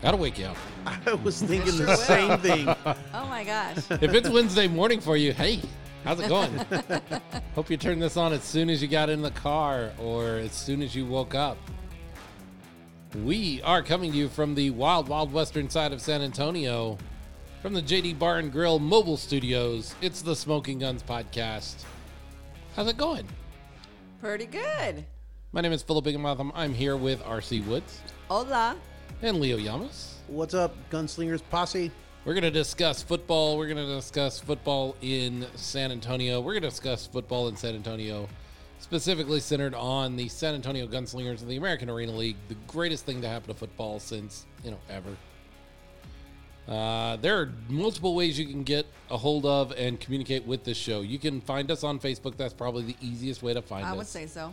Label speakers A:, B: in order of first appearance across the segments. A: That'll wake you up.
B: I was thinking the
C: sure will.
B: same thing.
C: Oh my gosh.
A: If it's Wednesday morning for you, hey, how's it going? Hope you turned this on as soon as you got in the car or as soon as you woke up. We are coming to you from the wild, wild western side of San Antonio, from the JD Bar and Grill mobile studios. It's the Smoking Guns podcast. How's it going?
C: Pretty good.
A: My name is Philip Bigamatham. I'm here with RC Woods
C: Hola.
A: and Leo Yamas.
B: What's up, Gunslingers Posse?
A: We're going to discuss football. We're going to discuss football in San Antonio. We're going to discuss football in San Antonio, specifically centered on the San Antonio Gunslingers of the American Arena League, the greatest thing to happen to football since, you know, ever. Uh, there are multiple ways you can get a hold of and communicate with this show. You can find us on Facebook. That's probably the easiest way to find
C: I
A: us.
C: would say so.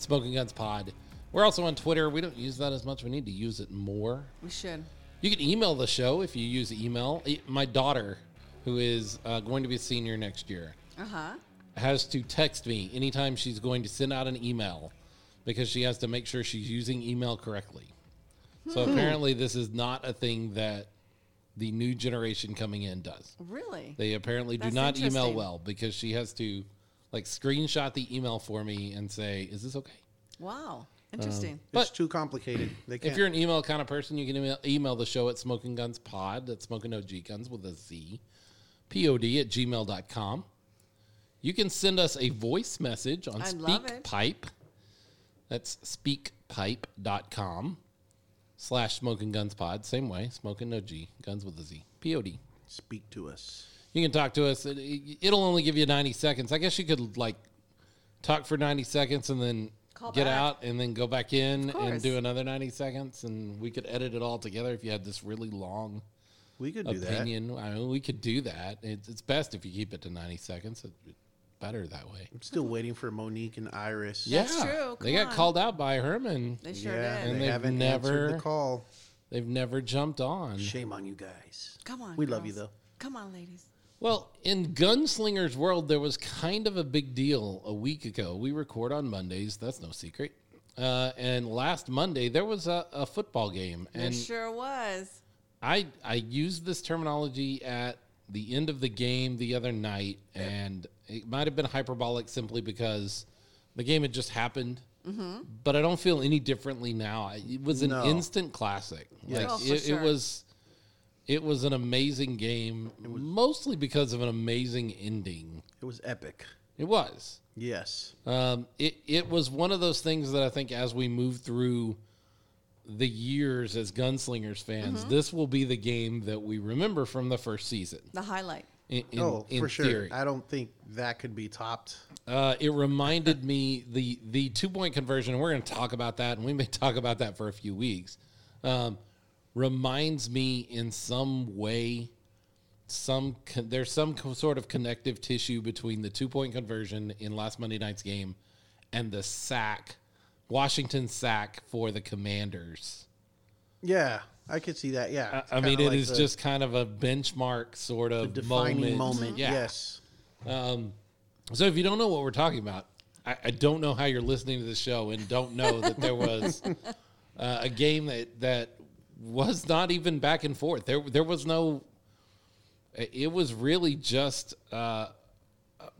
A: Smoking Guns Pod. We're also on Twitter. We don't use that as much. We need to use it more.
C: We should.
A: You can email the show if you use email. E- My daughter, who is uh, going to be a senior next year,
C: Uh huh.
A: has to text me anytime she's going to send out an email because she has to make sure she's using email correctly. So
C: Hmm.
A: apparently, this is not a thing that the new generation coming in does.
C: Really?
A: They apparently do
C: That's
A: not email
C: interesting.
A: well because she has to like screenshot the email for me and say, "Is this okay?"
B: Um,
C: Wow. Interesting.
B: It's
A: But-
B: too complicated. They can't.
A: If you're an email kind of person, you can email, email the show at Smoking Guns Pod. That's Smoking OG Guns with a Z. Pod at gmail.com. You can send us a voice message on
C: I love it.
A: SpeakPipe. That's speakpipe.com slash Smoking Guns Pod. Same way, Smoking OG Guns with a Z. Pod.
B: Speak to us.
A: You can talk to us. It- it- It'll only give you 90 seconds. I guess you could like talk for 90 seconds and then
C: Call
A: get
C: back.
A: out and then go back in and
C: course.
A: do another 90 seconds and we could edit it all together if you had this really long
B: We could do
A: opinion. I mean, we could do that. It's, it's best if you keep it to 90 seconds. It- It's better that way.
B: that. I'm still waiting for Monique and Iris.
C: That's true.
A: They
C: Come
A: got
C: on.
A: called out by Herman.
C: They sure
B: Yeah,
C: did.
A: And
B: they
A: they've
B: haven't
A: never-
B: answered the call.
A: They've never jumped on.
B: Shame on you guys.
C: Come on.
B: We love you,
C: girls.
B: though.
C: Come on, ladies.
A: Well, in Gunslinger's world, there was kind of a big deal a week ago. We record on Mondays. That's no secret. Uh, and last Monday, there was a, a football game.
C: It
A: And
C: sure was.
A: I, I used this terminology at the end of the game the other night. And it might have been hyperbolic simply because the game had just happened.
C: Mm-hmm.
A: But I don't feel any differently now. I- It was an
B: No.
A: instant classic. Like,
C: Oh, for
A: it,
C: sure.
A: it was it was an amazing game, mostly because of an amazing ending.
B: It was epic.
A: It was.
B: Yes.
A: Um, it it was one of those things that I think as we move through the years as gunslingers fans,
B: Mm-hmm.
A: this will be the game that we remember from the first season.
C: The highlight.
A: In, in,
B: oh,
A: in
B: for sure.
A: theory,
B: I don't think that could be topped.
A: uh, it reminded me the the two point conversion, and we're going to talk about that, and we may talk about that for a few weeks. Um, reminds me in some way, some con- there's some co- sort of connective tissue between the two point conversion in last Monday night's game and the sack, Washington sack for the Commanders.
B: Yeah, I could see that. Yeah. It's
A: I mean,
B: kinda
A: it is
B: like the
A: just kind of a benchmark sort of
B: defining moment.
A: Yeah.
B: Yes.
A: So if you don't know what we're talking about, I, I don't know how you're listening to the show and don't know that there was uh, a game that that was not even back and forth. There there was no. It was really just uh,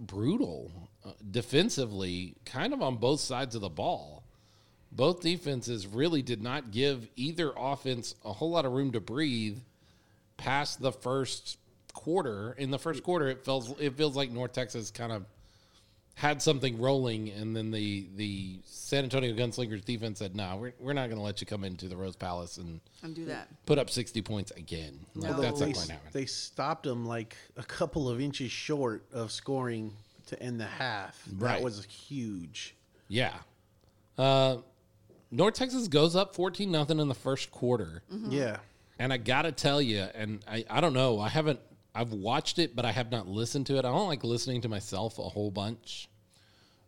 A: brutal uh, defensively, kind of on both sides of the ball. Both defenses really did not give either offense a whole lot of room to breathe past the first quarter. In the first quarter, it feels it feels like North Texas kind of had something rolling, and then the the San Antonio Gunslingers defense said, "No, we're, we're not going to let you come into the Rose Palace and
C: And do that.
A: put up sixty points again. Like,
C: No.
A: That's
B: they,
A: not going
B: s-
A: to happen."
B: they stopped him like a couple of inches short of scoring to end the half.
A: Right.
B: That was huge.
A: Yeah. Uh, North Texas goes up fourteen nothing in the first quarter.
B: Yeah.
A: And I gotta tell you, and I, I don't know, I haven't I've watched it, but I have not listened to it. I don't like listening to myself a whole bunch.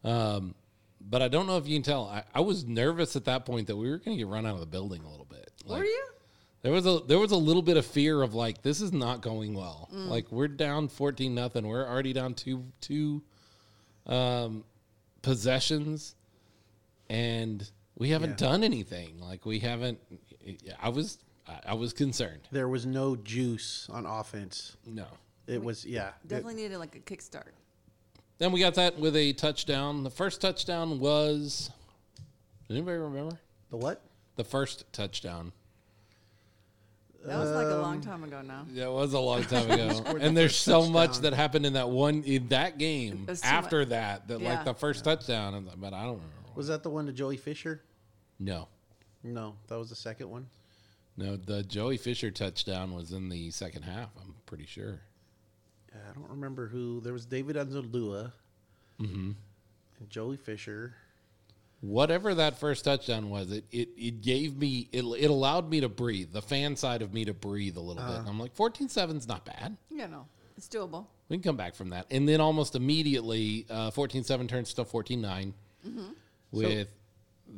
A: Um, but I don't know if you can tell. I, I was nervous at that point that we were gonna get run out of the building a little bit. Like,
C: Were you?
A: There was a there was a little bit of fear of like this is not going well. Like we're down fourteen nothing. We're already down two two um, possessions, and we haven't done anything. Like we haven't. I was I, I was concerned.
B: There was no juice on offense.
A: No.
B: It was yeah. it-
C: Definitely needed like a kickstart.
A: Then we got that with a touchdown. The first touchdown was. Does anybody remember?
B: the what?
A: The first touchdown.
C: That was like a
B: Um,
C: long time ago now.
A: That was a long time ago. and there's so much
B: touchdown.
A: that happened in that one in that game
C: There's too
A: after that that
C: Yeah.
A: like the first touchdown and but I don't remember.
B: Was that the one to Joey Fisher?
A: No.
B: No, that was the second one.
A: No, the Joey Fisher touchdown was in the second half, I'm pretty sure.
B: Yeah, I don't remember who. There was David Anzalua,
A: Mm-hmm.
B: and Joey Fisher.
A: Whatever that first touchdown was, it it, it gave me it, it allowed me to breathe. The fan side of me to breathe a little bit. I'm like 14-7's not bad.
C: You know, it's doable.
A: We can come back from that. And then almost immediately, uh, 14-7 turns to 14-9
C: Mm-hmm.
A: with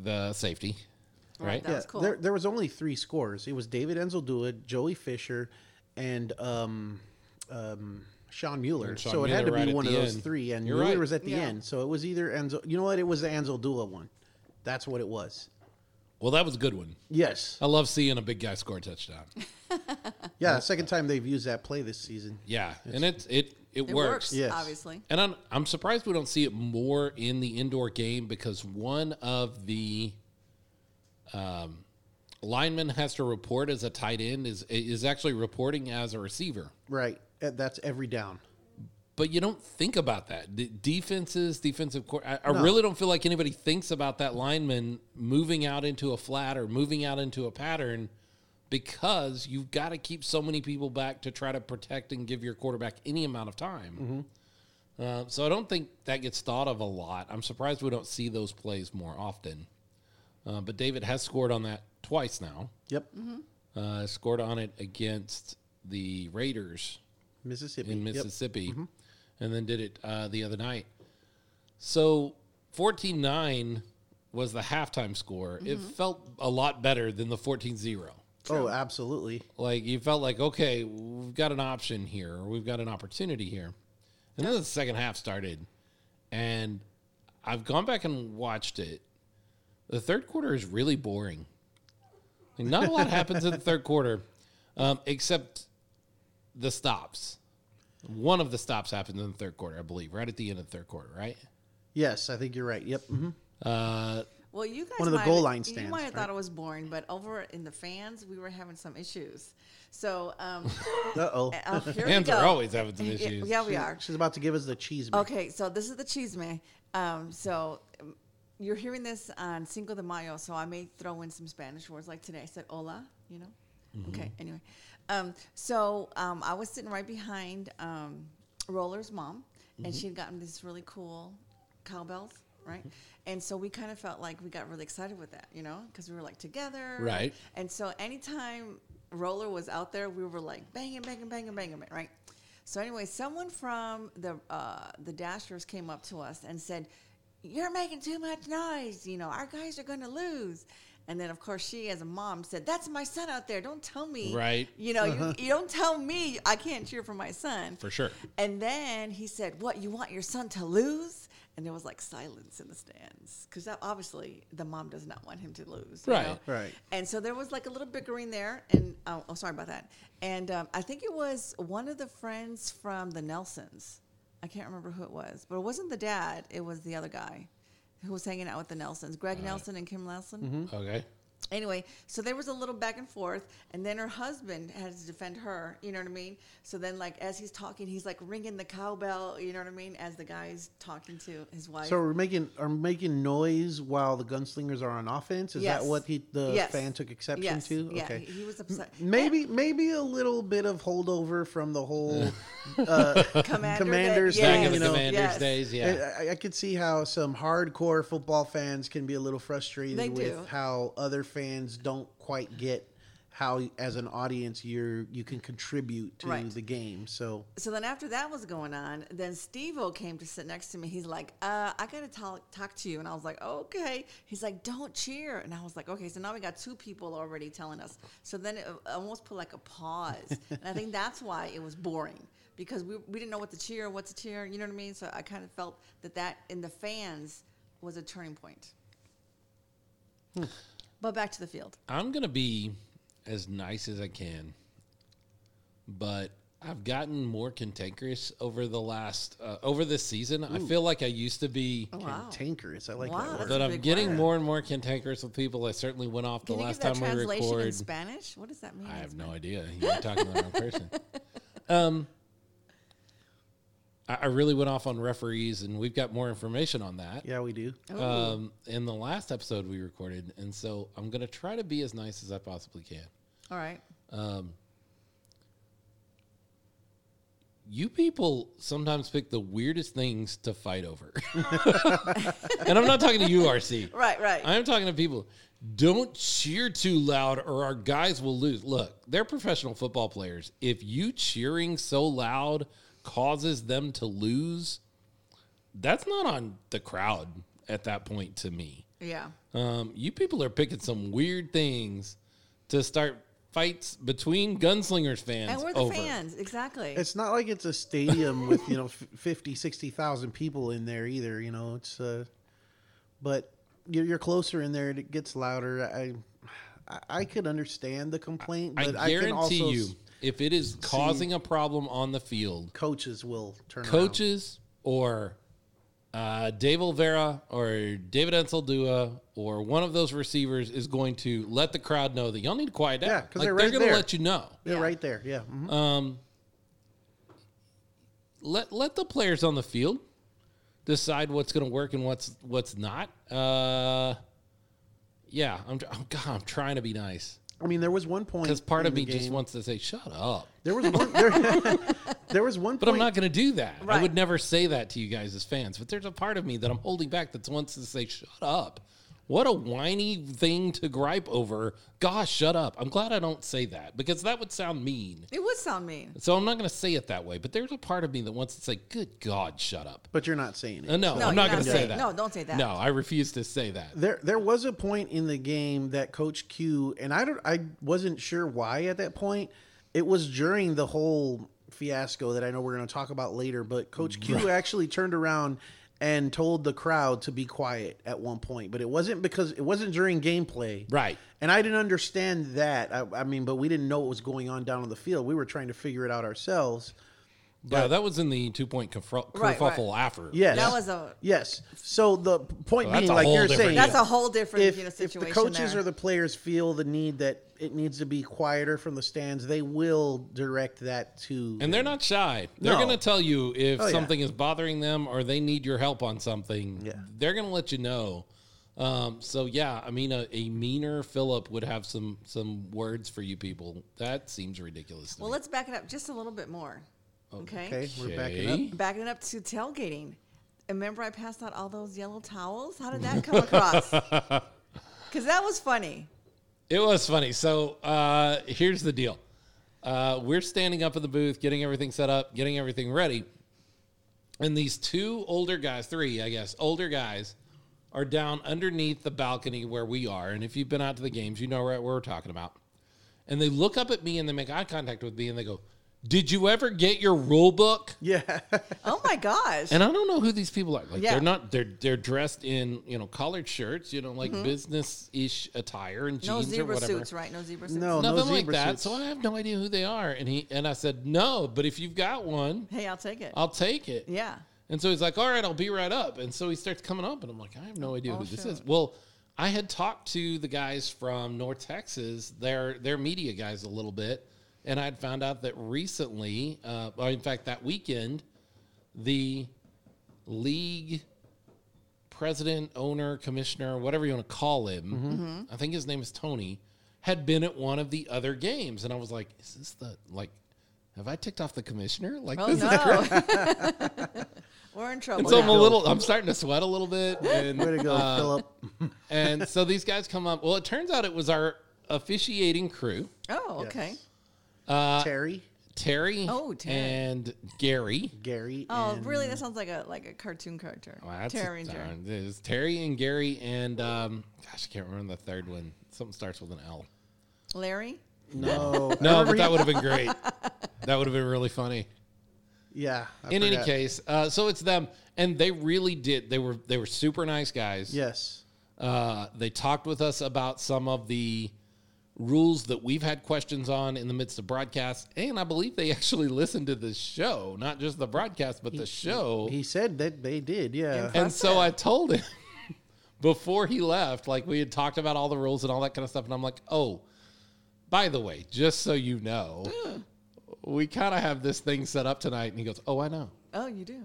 A: the safety. Right?
C: That was cool.
B: There, there was only three scores. It was David Enzeldua, Joey Fisher, and um, um, Sean Mueller.
A: And Sean
B: so it
A: Mueller
B: had to be
A: right at
B: one of
A: the
B: those
A: end.
B: three, and
A: You're
B: Mueller
A: right.
B: was at the
C: Yeah.
B: end. So it was either Enzo. You know what? It was the Anzeldua one. That's what it was.
A: Well, that was a good one.
B: Yes.
A: I love seeing a big guy score a touchdown.
B: Yeah. Second time they've used that play this season.
A: Yeah, and it's it it,
C: it
A: works.
C: works,
B: Yes.
C: obviously.
A: And I'm I'm surprised we don't see it more in the indoor game because one of the um, linemen has to report as a tight end is is actually reporting as a receiver.
B: Right. Uh, That's every down.
A: But you don't think about that. D- defenses, defensive court. I, I
B: No.
A: really don't feel like anybody thinks about that lineman moving out into a flat or moving out into a pattern because you've got to keep so many people back to try to protect and give your quarterback any amount of time. Uh, so I don't think that gets thought of a lot. I'm surprised we don't see those plays more often. Uh, but David has scored on that twice now.
B: Yep.
C: Mm-hmm.
A: Uh, scored on it against the Raiders
B: Mississippi.
A: in
B: Yep. Mm-hmm.
A: Mississippi, and then did it uh, the other night. So 14 9 was the halftime score. It
B: Mm-hmm.
A: felt a lot better than the 14 0.
B: Oh, absolutely.
A: Like you felt like, okay, we've got an option here, or we've got an opportunity here. And then the second half started, and I've gone back and watched it. The third quarter is really boring. Like, not a lot happens in the third quarter, um, except the stops. One of the stops happens in the third quarter, I believe, right at the end of the third quarter, right?
B: Yes, I think you're right. Yep. hmm
C: Well, you guys
B: One of the
C: might-
B: goal line
C: You
B: stands,
C: might have
B: right?
C: thought it was boring, but over in the fans, we were having some issues. So, um,
B: Uh oh.
C: oh, here
A: Hands
C: we go.
A: are always having some
C: Yeah,
A: issues.
C: Yeah, we are. Oh,
B: She's about to give us the cheese. man.
C: Okay, so this is the cheese man. Um, so um, you're hearing this on Cinco de Mayo, so I may throw in some Spanish words like today. I said hola, you know. Okay, anyway. Um, so um, I was sitting right behind um, Roller's mom, and she had gotten these really cool cowbells, right? And so we kind of felt like we got really excited with that, you know, because we were like together.
A: Right.
C: And so anytime Roller was out there, we were like banging, banging, banging, banging, right? So anyway, someone from the uh, the Dashers came up to us and said, "You're making too much noise. You know, our guys are going to lose." And then, of course, she, as a mom, said, "That's my son out there. Don't tell me,
A: Right.
C: You know, you, you don't tell me. I can't cheer for my son
A: For sure.
C: And then he said, "What? You want your son to lose?" And there was like silence in the stands because obviously the mom does not want him to lose, you
A: Right.
C: know?
B: Right.
C: And so there was like a little bickering there, and oh, oh sorry about that. And um, I think it was one of the friends from the Nelsons. I can't remember who it was, but it wasn't the dad. It was the other guy who was hanging out with the Nelsons, Greg Nelson and Kim Nelson.
B: Mm-hmm.
A: Okay.
C: Anyway, so there was a little back and forth, and then her husband had to defend her. You know what I mean? So then, like as he's talking, he's like ringing the cowbell. You know what I mean? As the guy's talking to his wife.
B: So we're making are we making noise while the gunslingers are on offense. Is
C: Yes.
B: that what he, the
C: Yes.
B: fan took exception
C: Yes.
B: to?
C: Yeah, he- he was upset.
B: M- Maybe maybe a little bit of holdover from the whole
C: Commander
B: Commanders
C: that-
B: Yeah,
A: Back in the
B: you know.
A: Commanders
C: Yes.
A: days, yeah.
B: I, I- I could see how some hardcore football fans can be a little frustrated
C: They
B: with
C: do.
B: how other fans don't quite get how, as an audience, you're you can contribute to
C: Right.
B: the game. So
C: so then after that was going on, then Steve O came to sit next to me. He's like, uh, I gotta talk talk to you. And I was like, okay. He's like, don't cheer. And I was like, okay. So now we got two people already telling us. So then it uh, almost put like a pause. and I think that's why it was boring because we, we didn't know what to cheer, what to cheer. You know what I mean? So I kind of felt that that in the fans was a turning point. But back to the field.
A: I'm gonna be as nice as I can, but I've gotten more cantankerous over the last uh, over this season. I feel like I used to be.
C: Oh, wow.
B: Cantankerous. I like
C: Wow,
B: that
C: that's
B: word.
A: But
C: a
A: I'm
C: big
A: getting
C: word.
A: more and more cantankerous with people. I certainly went off the
C: Can you give
A: last
C: that
A: time we
C: translation in
A: recorded.
C: Spanish? What does that mean?
A: I
C: in
A: have
C: Spanish?
A: no idea. You're talking to the wrong person. Um, I, I really went off on referees, and we've got more information on that
B: Yeah, we do.
C: Ooh.
A: um, in the last episode we recorded. And so I'm going to try to be as nice as I possibly can.
C: All right.
A: You people sometimes pick the weirdest things to fight over. and I'm not talking to you, RC.
C: Right, right.
A: I'm talking to people. Don't cheer too loud or our guys will lose. Look, they're professional football players. If you cheering so loud causes them to lose, that's not on the crowd at that point to me.
C: yeah.
A: Um, you people are picking some weird things to start fights between gunslingers fans.
C: And we're the
A: over.
C: fans. Exactly.
B: It's not like it's a stadium with, you know, f- 50, 60,000 people in there either, you know. It's uh but you're, you're closer in there and it gets louder. I I, I could understand the complaint,
A: I
B: but I,
A: guarantee
B: can also
A: you,
B: s-
A: if it is causing a problem on the field,
B: coaches will turn around.
A: coaches or uh, Dave Olvera or David Anseldua or one of those receivers is going to let the crowd know that y'all need to quiet down.
B: Yeah, 'cause
A: like,
B: they're right
A: going to
B: there.
A: let you know.
B: They're
C: Yeah.
B: right there. Yeah. mhm.
A: Let let the players on the field decide what's going to work and what's what's not. Uh, yeah, I'm, tr- I'm God, I'm trying to be nice
B: I mean, there was one point
A: because part
B: in
A: of
B: the
A: me just
B: game-
A: wants to say shut up,
B: There was one. There, there was one.
A: but I'm not going to do that. I
C: Right.
A: would never say that to you guys as fans. But there's a part of me that I'm holding back that wants to say shut up. What a whiny thing to gripe over. Gosh, shut up. I'm glad I don't say that because that would sound mean.
C: it would sound mean.
A: So I'm not going to say it that way. But there's a part of me that wants to say, "Good God, shut up."
B: But you're not saying it.
A: Uh, no,
C: No,
A: I'm not
C: you're
A: going
C: not
A: to say
C: saying-
A: that.
C: no, don't say that.
A: No, I refuse to say that.
B: There, there was a point in the game that Coach Q and I don't, I wasn't sure why at that point. It was during the whole fiasco that I know we're going to talk about later. But Coach Q actually turned around and told the crowd to be quiet at one point. But it wasn't because it wasn't during gameplay,
A: Right.
B: And I didn't understand that. I, I mean, but we didn't know what was going on down on the field. We were trying to figure it out ourselves.
A: yeah, that was in the two point kerfuffle
C: Right, right.
A: after.
B: Yes.
C: That was a
B: Yes. So the point
A: Well, that's
B: being,
A: a
B: like
A: whole
B: you're
A: different-
B: saying,
C: that's a whole different
B: if,
C: you know,
B: if
C: situation.
B: the coaches or
C: there.
B: the players feel the need that it needs to be quieter from the stands, they will direct that to.
A: And they're not shy. They're
B: No. Oh,
A: going to tell you if
B: yeah.
A: something is bothering them or they need your help on something.
B: Yeah.
A: They're going to let you know. Um, so yeah, I mean, a, a meaner Philip would have some some words for you people. That seems ridiculous. To
C: well,
A: me.
C: let's back it up just a little bit more. Okay.
B: okay, we're backing up.
C: Backing it up to tailgating. Remember, I passed out all those yellow towels. How did that come across? Because that was funny.
A: It was funny. So uh, here's the deal. Uh, we're standing up in the booth, getting everything set up, getting everything ready. And these two older guys, three, I guess, older guys are down underneath the balcony where we are. And if you've been out to the games, you know right what we're talking about. And they look up at me and they make eye contact with me and they go, Did you ever get your rule book?
B: Yeah,
C: Oh my gosh.
A: And I don't know who these people are. Like
C: Yeah.
A: they're not they're they're dressed in, you know, collared shirts, you know, like business ish attire and
C: Mm-hmm. no
A: jeans or
C: zebra
A: whatever.
C: suits, right? No zebra suits.
B: no, no
A: nothing like
B: zebra
A: that.
B: suits.
A: So I have no idea who they are. And he and I said, No, but if you've got one,
C: Hey, I'll take it.
A: I'll take it.
C: yeah.
A: And so he's like, All right, I'll be right up. And so he starts coming up and I'm like, I have no idea
C: Oh,
A: who this
C: shoot.
A: is. Well, I had talked to the guys from North Texas, their their media guys a little bit, and I'd found out that recently, uh, well, in fact that weekend, the league president, owner, commissioner, whatever you want to call him, I think his name is Tony, had been at one of the other games. And I was like, is this the, like, have I ticked off the commissioner? Like,
C: Oh
A: this is
C: no. We're in trouble.
A: and so I'm a
C: now.
A: little, I'm starting to sweat a little bit. And,
B: Way to go,
A: Uh,
B: Philip.
A: and so these guys come up. Well, it turns out it was our officiating crew,
C: Oh, okay.
B: Yes.
A: uh,
B: Terry,
A: Terry,
C: Oh, Terry.
A: and Gary.
B: Gary.
C: Oh,
B: and-
C: really? That sounds like a like a cartoon character.
A: Well, that's
C: Terry and Jerry.
A: darn- there's Terry and Gary and um, gosh, I can't remember the third one. Something starts with an L.
C: Larry.
B: No, I
A: No,
B: remember
A: but that
B: he-
A: would have been great. That would have been really funny.
B: Yeah. I
A: In any
B: forgot.
A: case, uh, so it's them, and they really did. They were they were super nice guys.
B: yes.
A: Uh, they talked with us about some of the rules that we've had questions on in the midst of broadcasts. And I believe they actually listened to the show, not just the broadcast, but the show.
B: He said that they did, yeah.
A: And so I told him before he left, like we had talked about all the rules and all that kind of stuff. And I'm like, oh, by the way, just so you know, we kind of have this thing set up tonight. And he goes, oh, I know.
C: Oh, you do.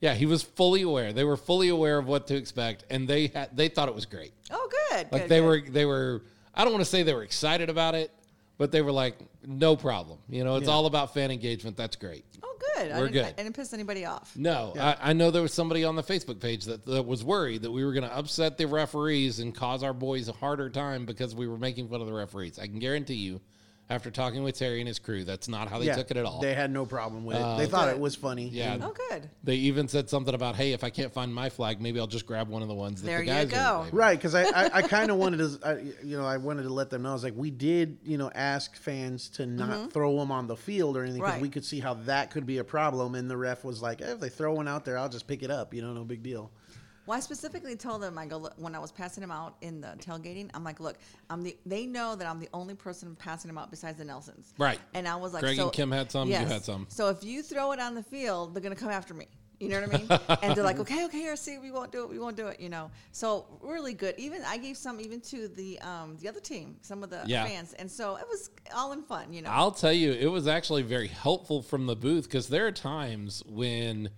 A: Yeah, he was fully aware. They were fully aware of what to expect, and they had, they thought it was great.
C: Oh, good.
A: Like
C: good,
A: they
C: good.
A: were they were I don't want to say they were excited about it, but they were like, no problem. You know, it's all about fan engagement. That's great.
C: Oh, good. I
A: We're
C: didn't, I
A: good. Mm.
C: didn't piss anybody off.
A: No, I, I know there was somebody on the Facebook page that, that was worried that we were going to upset the referees and cause our boys a harder time because we were making fun of the referees. I can guarantee you, after talking with Terry and his crew, that's not how they
B: yeah.
A: took it at all. Uh,
B: They had no problem with it. They thought it was funny.
A: yeah.
C: Oh, good.
A: They even said something about, hey, if I can't find my flag, maybe I'll just grab one of the ones that
C: There
A: the
C: you
A: guys are
C: go.
A: waving."
B: Right, because I, I, I kind of wanted to, I, you know, I wanted to let them know. I was like, we did, you know, ask fans to not throw them on the field or anything because
C: Mm-hmm. Right.
B: we could see how that could be a problem. And the ref was like, eh, if they throw one out there, I'll just pick it up. You know, no big deal.
C: Well, I specifically told them, I go, look, when I was passing them out in the tailgating, I'm like, look, I'm the, they know that I'm the only person passing them out besides the Nelsons.
A: Right.
C: And I was like,
A: Greg
C: so,
A: and Kim had some, you had some.
C: So if you throw it on the field, they're going to come after me. You know what I mean? and they're like, okay, okay, here, see, we won't do it, we won't do it, you know. So really good. Even I gave some even to the um the other team, some of the
A: Yeah.
C: fans, and so it was all in fun, you know.
A: I'll tell you, it was actually very helpful from the booth because there are times when,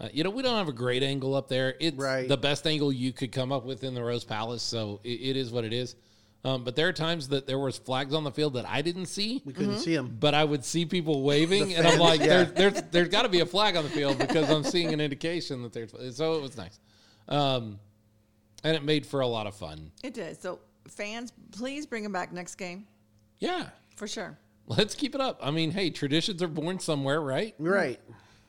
A: uh, you know, we don't have a great angle up there. It's
B: Right.
A: the best angle you could come up with in the Rose Palace, so it, it is what it is. Um, but there are times that there was flags on the field that I didn't see,
B: We
C: Mm-hmm.
B: couldn't see 'em.
A: but I would see people waving, and I'm
B: fans,
A: like,
B: yeah.
A: there, there's there's got to be a flag on the field because I'm seeing an indication that there's. So it was nice, um, and it made for a lot of fun.
C: it did. So fans, please bring them back next game
A: Yeah,
C: for sure.
A: let's keep it up. I mean, hey, traditions are born somewhere, right?
C: Mm-hmm.
B: Right.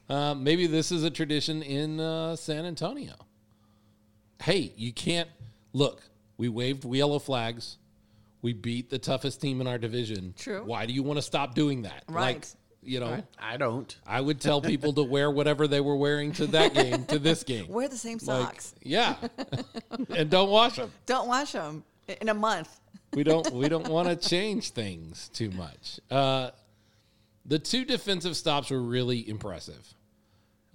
A: Uh, maybe this is a tradition in uh, San Antonio. Hey, you can't look. We waved yellow flags. We beat the toughest team in our division.
C: True.
A: Why do you want to stop doing that? Like,
C: Right.
A: you know,
B: I don't.
A: I would tell people to wear whatever they were wearing to that game to this game.
C: Wear the same
A: Like,
C: socks.
A: yeah, and don't wash them.
C: Don't wash them in a month.
A: we don't we don't want to change things too much. Uh, the two defensive stops were really impressive.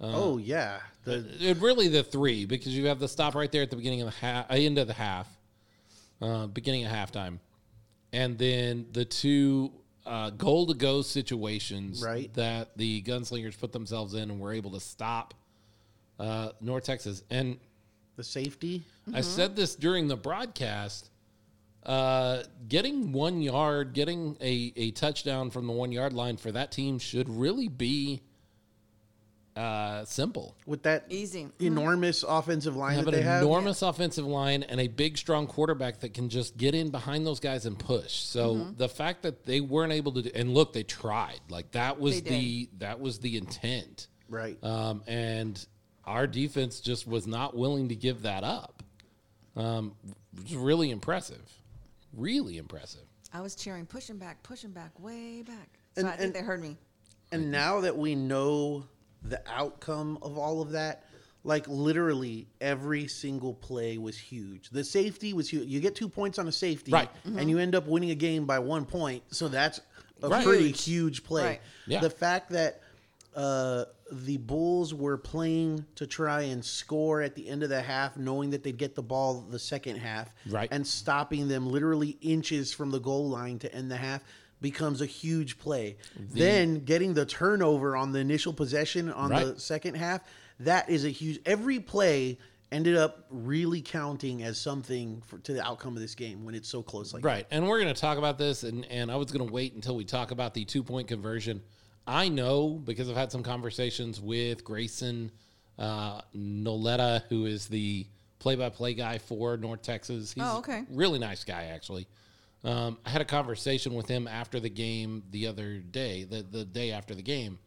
B: oh yeah. The
A: Uh, really the three because you have the stop right there at the beginning of the half, end of the half, uh, beginning of halftime, and then the two uh, goal to go situations
B: Right.
A: that the gunslingers put themselves in and were able to stop uh, North Texas. And
B: the safety.
A: I said this during the broadcast. Uh, getting one yard, getting a, a touchdown from the one yard line for that team should really be uh, simple.
B: with that
C: Easy. Mhm.
B: enormous offensive line
A: have
B: that
A: an
B: they have.
A: enormous offensive line and a big, strong quarterback that can just get in behind those guys and push. So the fact that they weren't able to, do, and look, they tried. Like that was
C: They did.
A: the that was the intent,
B: right.
A: um, and our defense just was not willing to give that up. Um, it was really impressive, really impressive.
C: I was cheering, pushing back, pushing back, way back. So
B: And-
C: I think
B: and-
C: they heard me.
B: and now that we know the outcome of all of that, like literally every single play was huge. The safety was huge. You get two points on a safety,
A: Right.
B: And you end up winning a game by one point. So that's a
A: Right.
B: pretty huge play.
C: Right.
A: Yeah.
B: The fact that uh, the Bulls were playing to try and score at the end of the half, knowing that they'd get the ball the second half,
A: Right.
B: and stopping them literally inches from the goal line to end the half becomes a huge play. then getting the turnover on the initial possession on
A: Right.
B: the second half, that is a huge. Every play ended up really counting as something for, to the outcome of this game when it's so close like
A: Right. And we're going to talk about this. And, and I was going to wait until we talk about the two point conversion. I know because I've had some conversations with Grayson uh, Noletta, who is the play by play guy for North Texas. He's
C: Oh, okay.
A: a really nice guy, actually. Um, I had a conversation with him after the game the other day, the, the day after the game.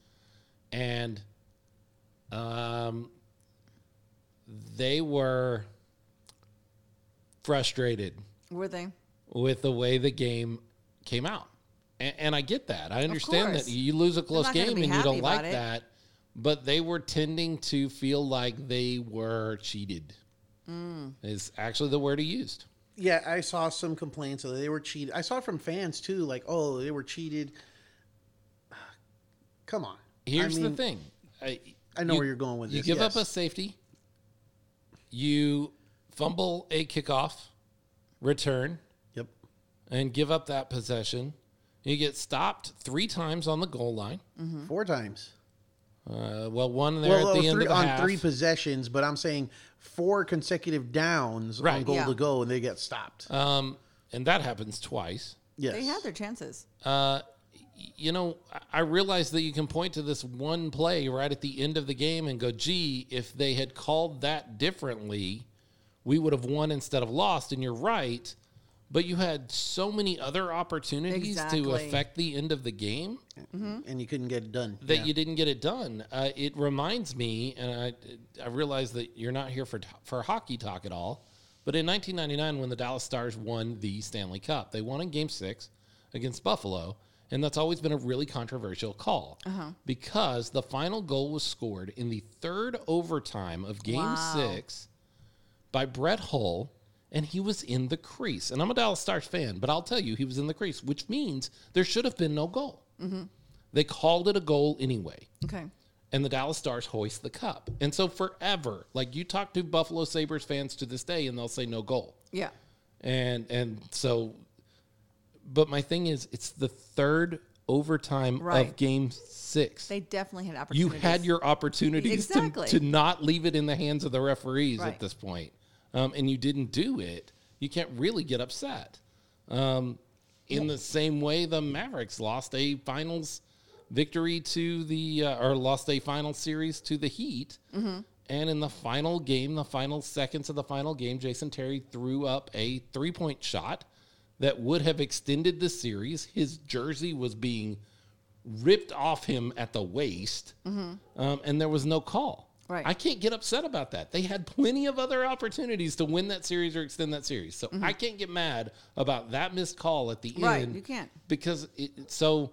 A: And um, they were frustrated
C: Were they?
A: with the way the game came out. And, and I get that. I understand that
C: course.
A: you lose a close
C: not gonna
A: game
C: be
A: and you
C: happy
A: don't like
C: about it.
A: that, but they were tending
C: Mm.
A: to feel like they were cheated. Is actually the word he used.
B: yeah, I saw some complaints that they were cheated. I saw from fans too, like, oh, they were cheated. Come on.
A: Here's
B: I mean,
A: the thing. I,
B: I know where you're going with
A: You
B: this,
A: give up
B: yes.
A: a safety. You fumble a kickoff, return,
B: Yep.
A: and give up that possession. You get stopped three times on the goal line.
C: Mm.
B: Four times.
A: Uh, well, one there
B: Well, oh,
A: at the
B: three,
A: end of the
B: on
A: half.
B: three possessions, but I'm saying four consecutive downs on
A: Right.
B: goal
C: Yeah.
B: to go, and they get stopped.
A: um, and that happens twice.
B: yes.
C: They had their chances.
A: Uh, y- you know, I- I realize that you can point to this one play right at the end of the game and go, gee, if they had called that differently, we would have won instead of lost. And you're right. But you had so many other opportunities to
C: Exactly.
A: affect the end of the game
C: Mm-hmm.
B: and you couldn't get it done.
A: that you didn't get it done. Uh, it reminds me, and I, I realize that you're not here for t- for hockey talk at all, but in 1999, when the Dallas Stars won the Stanley Cup, they won in Game Six against Buffalo, and that's always been a really controversial call because the final goal was scored in the third overtime of Game Six by Brett Hull, and he was in the crease. And I'm a Dallas Stars fan, but I'll tell you, he was in the crease, which means there should have been no goal. They called it a goal anyway,
C: Okay.
A: and the Dallas Stars hoist the cup. And so forever, like you talk to Buffalo Sabres fans to this day, and they'll say no goal.
C: Yeah.
A: And and so, but my thing is, it's the third overtime of
C: Right.
A: Game Six.
C: They definitely had
A: you
C: opportunities.
A: had your opportunities
C: Exactly.
A: to, to not leave it in the hands of the referees at
C: Right.
A: this point, um, and you didn't do it. You can't really get upset. Um, in the same way, the Mavericks lost a finals victory to the uh, or lost a final series to the Heat,
C: Mm-hmm.
A: and in the final game, the final seconds of the final game, Jason Terry threw up a three point shot that would have extended the series. His jersey was being ripped off him at the waist, um, and there was no call.
C: Mm-hmm. Right.
A: I can't get upset about that. They had plenty of other opportunities to win that series or extend that series, so I can't get mad about that missed call at the
C: Mm-hmm. Right,
A: end.
C: you can't.
A: because it, so.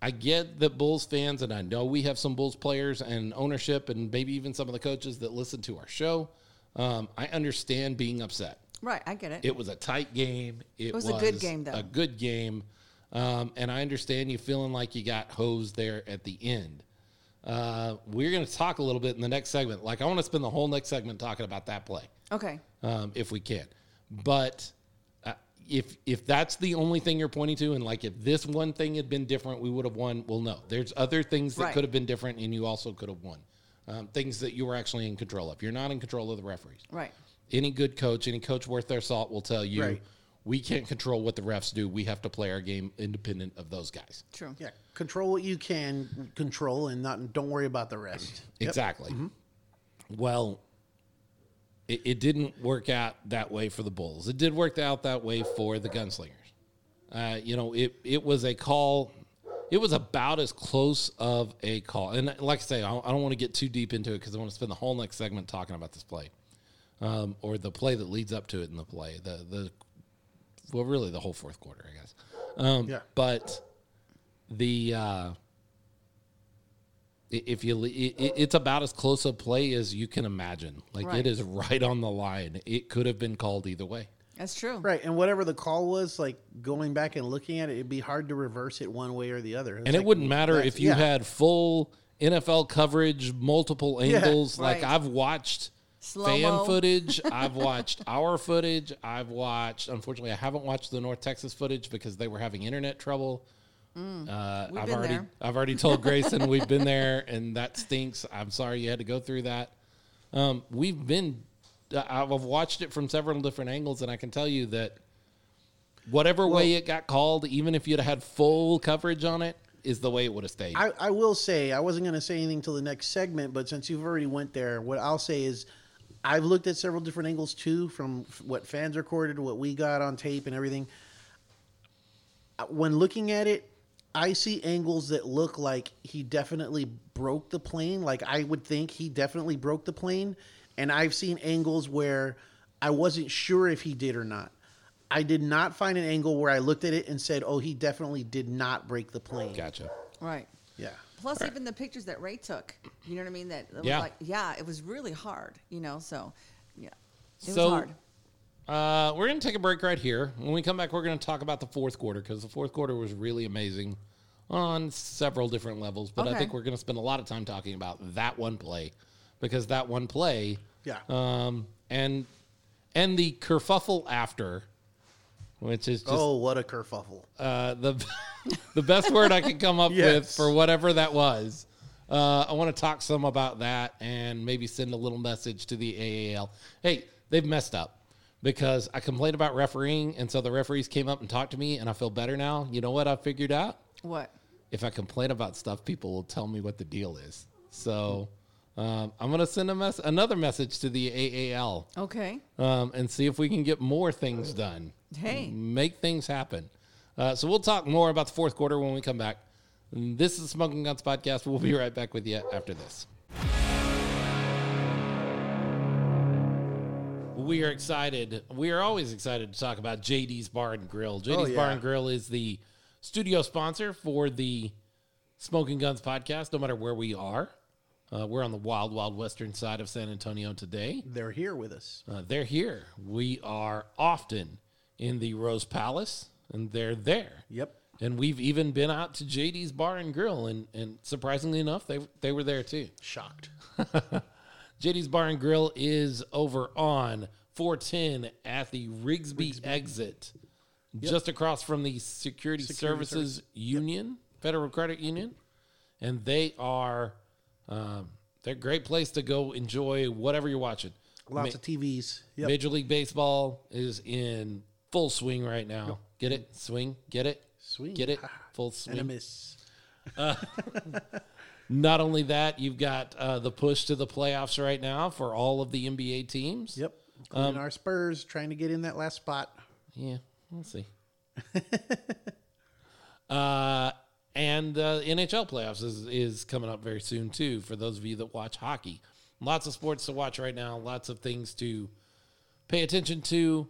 A: I get that Bulls fans, and I know we have some Bulls players and ownership, and maybe even some of the coaches that listen to our show. Um, I understand being upset.
C: Right. I get it.
A: It was a tight game. It,
C: was a good game, though.
A: A good game, um, and I understand you feeling like you got hosed there at the end. Uh, we're going to talk a little bit in the next segment. Like I want to spend the whole next segment talking about that play,
C: okay.
A: um, if we can. But uh, if if that's the only thing you're pointing to, and like if this one thing had been different, we would have won. Well, no, there's other things that
C: Right.
A: could have been different, and you also could have won. Um, things that you were actually in control of. You're not in control of the referees
C: Right.
A: any good coach, any coach worth their salt will tell you
B: Right.
A: we can't control what the refs do. We have to play our game independent of those guys.
C: True.
B: Yeah, control what you can control, and not don't worry about the rest.
A: Exactly. Well, it, it didn't work out that way for the Bulls. It did work out that way for the Gunslingers. Uh, you know, it it was a call. It was about as close of a call. And like I say, I don't, I don't want to get too deep into it because I want to spend the whole next segment talking about this play, um, or the play that leads up to it in the play. The the well, really the whole fourth quarter, I guess. Um,
B: Yeah.
A: But the uh, i- if you le- i i it's about as close a play as you can imagine like
C: Right.
A: it is right on the line it could have been called either way
C: That's true.
B: Right, and whatever the call was, like going back and looking at it, it'd be hard to reverse it one way or the other. It's
A: and
B: like, mm,
A: it wouldn't matter
B: that's-
A: if you
B: yeah.
A: had full nfl coverage multiple angles like
C: Right.
A: i've watched fan
C: Slow-mo.
A: footage i've watched our footage i've watched unfortunately i haven't watched the north texas footage because they were having internet trouble uh,
C: Mm, We've
A: I've
C: been
A: already
C: there.
A: I've already told Grayson we've been there and that stinks. I'm sorry you had to go through that. Um, we've been uh, I've I've watched it from several different angles and I can tell you that whatever way it got called, even if you'd had full coverage on it, is the way it would have stayed.
B: I, I will say I wasn't going to say anything till the next segment, but since you've already went there, what I'll say is I've looked at several different angles too, from f- what fans recorded, what we got on tape, and everything. Uh, When looking at it, I see angles that look like he definitely broke the plane. Like I would think he definitely broke the plane, and I've seen angles where I wasn't sure if he did or not. I did not find an angle where I looked at it and said, "Oh, he definitely did not break the plane."
A: Gotcha.
C: Right.
B: Yeah.
C: Plus, even the pictures that Ray took. You know what I mean? That that was
A: Yeah.
C: like, yeah, it was really hard. You know, so yeah, it
A: So-
C: was hard.
A: Uh, we're going to take a break right here. When we come back, we're going to talk about the fourth quarter because the fourth quarter was really amazing on several different levels. But I
C: Okay.
A: think we're going to spend a lot of time talking about that one play because that one play,
B: Yeah.
A: um, and and the kerfuffle after, which is just
B: oh, what a kerfuffle.
A: uh, the the best word I could come up with
B: Yes.
A: for whatever that was. Uh, I want to talk some about that and maybe send a little message to the AAL. Hey, they've messed up because I complained about refereeing, and so the referees came up and talked to me, and I feel better now. You know what I figured out?
C: What?
A: If I complain about stuff, people will tell me what the deal is. So um, I'm going to send a mess- another message to the AAL
C: Okay.
A: um, and see if we can get more things done.
C: Hey.
A: Make things happen. Uh, so we'll talk more about the fourth quarter when we come back. This is the Smoking Guns Podcast. We'll be right back with you after this. We are excited. We are always excited to talk about JD's Bar and Grill. JD's Bar
B: yeah.
A: and Grill is the studio sponsor for the Smoking Guns Podcast, no matter where we are. Uh, we're on the wild, wild western side of San Antonio today.
B: They're here with us.
A: Uh, they're here. We are often in the Rose Palace, and they're there.
B: Yep.
A: And we've even been out to JD's Bar and Grill, and, and surprisingly enough, they they were there too.
B: Shocked.
A: JD's Bar and Grill is over on 410 at the Rigsby, exit, just across from the Security, Services Union, Federal Credit Union, and they are um, they're a great place to go enjoy whatever you're watching.
B: Lots of TVs. Yep.
A: Major League Baseball is in full swing right now. Get it? Swing? Get it?
B: Swing.
A: Get it?
B: Ha.
A: Full
B: and a
A: swing.
B: miss.
A: Not only that, you've got uh, the push to the playoffs right now for all of the NBA teams.
B: Yep. Including our Spurs trying to get in that last spot.
A: Yeah, we'll see. uh, and uh, NHL playoffs is, is coming up very soon too. For those of you that watch hockey, lots of sports to watch right now. Lots of things to pay attention to.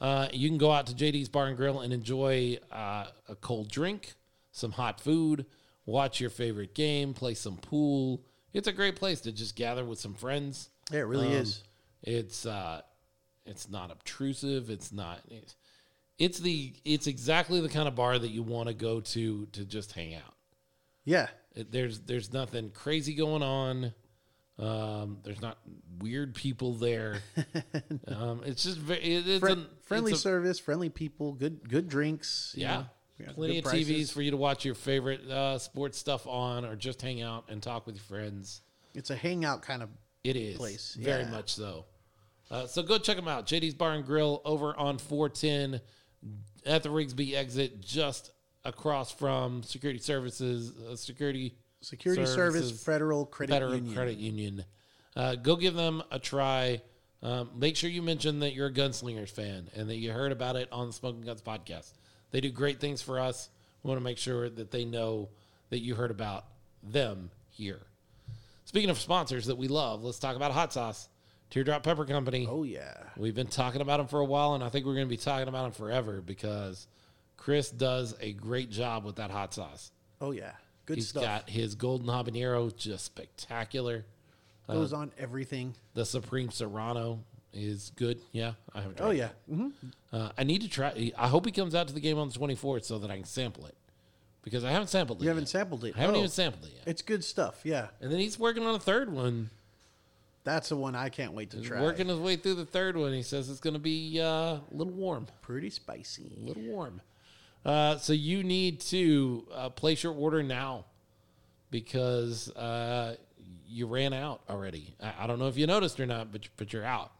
A: Uh, you can go out to JD's Bar and Grill and enjoy uh, a cold drink, some hot food, watch your favorite game, play some pool. It's a great place to just gather with some friends.
B: Yeah, it really is.
A: It's uh, it's not obtrusive. It's not. It's, it's the it's exactly the kind of bar that you want to go to to just hang out.
B: Yeah.
A: It- There's there's nothing crazy going on. Um, there's not weird people there. um, it's just very it, it's
B: Friend,
A: a,
B: friendly
A: it's a-
B: service, friendly people, good good drinks. you
A: yeah.
B: know. Yeah,
A: Plenty of
B: good
A: TVs
B: prices.
A: for you to watch your favorite uh, sports stuff on, or just hang out and talk with your friends.
B: It's a hangout kind of.
A: It is
B: place,
A: very
B: yeah.
A: much so. Uh, so go check them out. JD's Bar and Grill over on 410 at the Rigsby exit, just across from Security Services, uh, Security
B: Security Service
A: Services
B: Federal Credit
A: Federal
B: Union.
A: Credit Union. Uh, go give them a try. Um, make sure you mention that you're a Gunslingers fan and that you heard about it on the Smoking Guns podcast. They do great things for us. We want to make sure that they know that you heard about them here. Speaking of sponsors that we love, let's talk about Hot Sauce, Teardrop Pepper Company.
B: Oh yeah.
A: We've been talking about them for a while, and I think we're going to be talking about them forever because Chris does a great job with that hot sauce.
B: Oh yeah. Good
A: He's
B: stuff.
A: got his golden habanero, just spectacular. uh,
B: Goes on everything.
A: The Supreme Serrano is good. Yeah, I haven't tried.
B: Oh
A: it.
B: yeah. hmm
A: Uh, I need to try. I hope he comes out to the game on the 24th so that I can sample it because I haven't sampled it.
B: You haven't
A: yet.
B: sampled it.
A: I haven't
B: Oh,
A: even sampled it yet.
B: It's good stuff. Yeah.
A: And then he's working on a third one.
B: That's the one I can't wait to
A: He's
B: try.
A: working his way through the third one. He says it's going to be uh, a little warm.
B: Pretty
A: A
B: spicy.
A: little warm. Uh, so you need to uh, place your order now because uh, you ran out already. I, I don't know if you noticed or not, but, but you're out.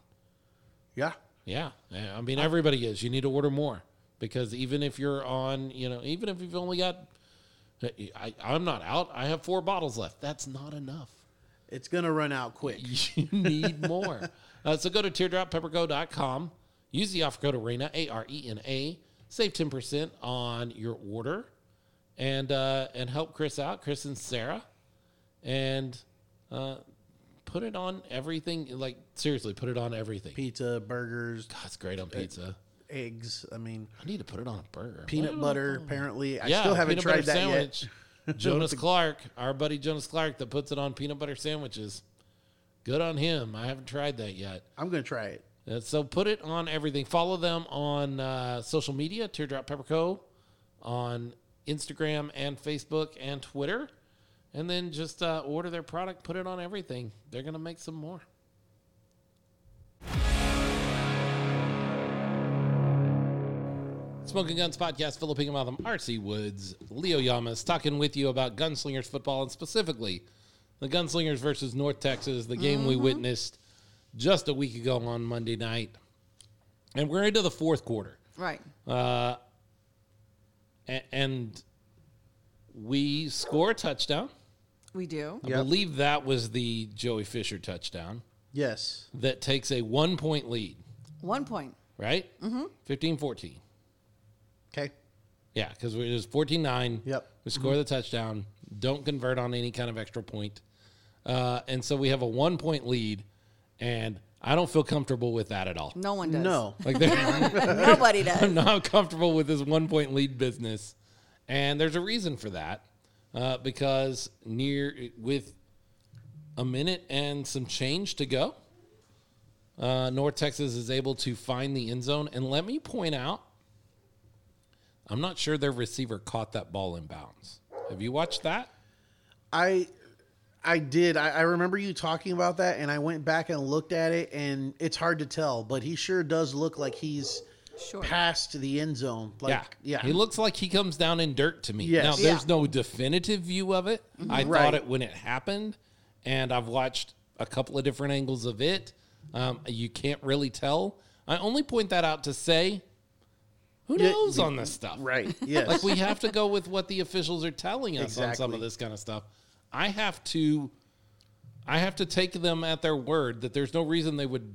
B: Yeah.
A: Yeah, yeah. I mean, everybody is. You need to order more because even if you're on, you know, even if you've only got, I, I'm not out. I have four bottles left. That's not enough.
B: It's gonna run out quick.
A: You need more. uh, so go to teardroppeppergo.com. Use the offer code ARENA, A R E N A. Save 10% on your order and uh, and help Chris out, Chris and Sarah. And uh, put it on everything. Like, seriously, put it on everything.
B: Pizza, burgers,
A: That's great on pizza.
B: eggs. I mean,
A: I need to put it on a burger.
B: peanut
A: What?
B: butter. Apparently, I
A: Yeah,
B: still haven't
A: peanut
B: tried
A: butter
B: that
A: sandwich. Jonas Clark, our buddy Jonas Clark, that puts it on peanut butter sandwiches. Good on him. I haven't tried that yet.
B: yet. I'm gonna try it.
A: Uh, so put it on everything. Follow them on uh, social media, Teardrop Pepper Co. on Instagram and Facebook and Twitter. And then just uh, order their product, put it on everything. They're going to make some more. Smoking Guns Podcast, Philip Higginbotham, RC Woods, Leo Yamas, talking with you about Gunslingers football and specifically the Gunslingers versus North Texas, the game we witnessed just a week ago on Monday night. And we're into the fourth quarter.
C: Right.
A: A- and we score a touchdown.
C: We do.
A: I believe that was the Joey Fisher touchdown
B: Yes.
A: that takes a one point lead,
C: One point.
A: right? Mm-hmm. 15 14.
B: Okay.
A: Yeah, because it was 14 9.
B: Yep.
A: We score the touchdown, don't convert on any kind of extra point. Uh, and so we have a one point lead, and I don't feel comfortable with that at all.
C: No one does.
B: No.
A: Like, there-
C: Nobody does.
A: I'm not comfortable with this one point lead business, and there's a reason for that, uh, because near with a minute and some change to go, uh, North Texas is able to find the end zone. And let me point out, I'm not sure their receiver caught that ball in bounds. Have you watched that?
B: I I did. I, I remember you talking about that, and I went back and looked at it, and it's hard to tell, but he sure does look like he's
C: Sure.
B: past the end zone. Like, yeah,
A: He looks like he comes down in dirt to me.
B: Yes. Mm-hmm.
A: Now there's
C: Yeah.
A: no definitive view of it. I
B: Right.
A: thought it when it happened, and I've watched a couple of different angles of it. Um, you can't really tell. I only point that out to say, who
B: Yeah,
A: knows
B: the-
A: on this stuff?
B: right. Yes,
A: Like we have to go with what the officials are telling us on some
B: Exactly.
A: of this kind of stuff. I have to, I have to take them at their word that there's no reason they would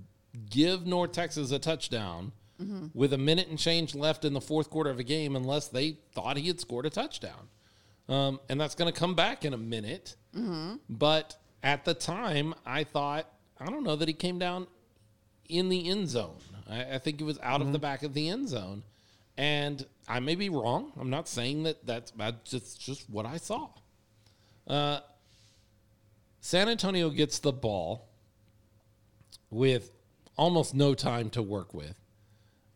A: give North Texas a touchdown
B: Mm-hmm.
A: with a minute and change left in the fourth quarter of a game unless they thought he had scored a touchdown. Um, and that's going to come back in a minute.
B: Mm-hmm.
A: But at the time, I thought I don't know that he came down in the end zone. I, I think he was out of the back of the end zone, and I may be wrong. I'm not saying that that's that's just just what I saw. Uh, San Antonio gets the ball with almost no time to work with.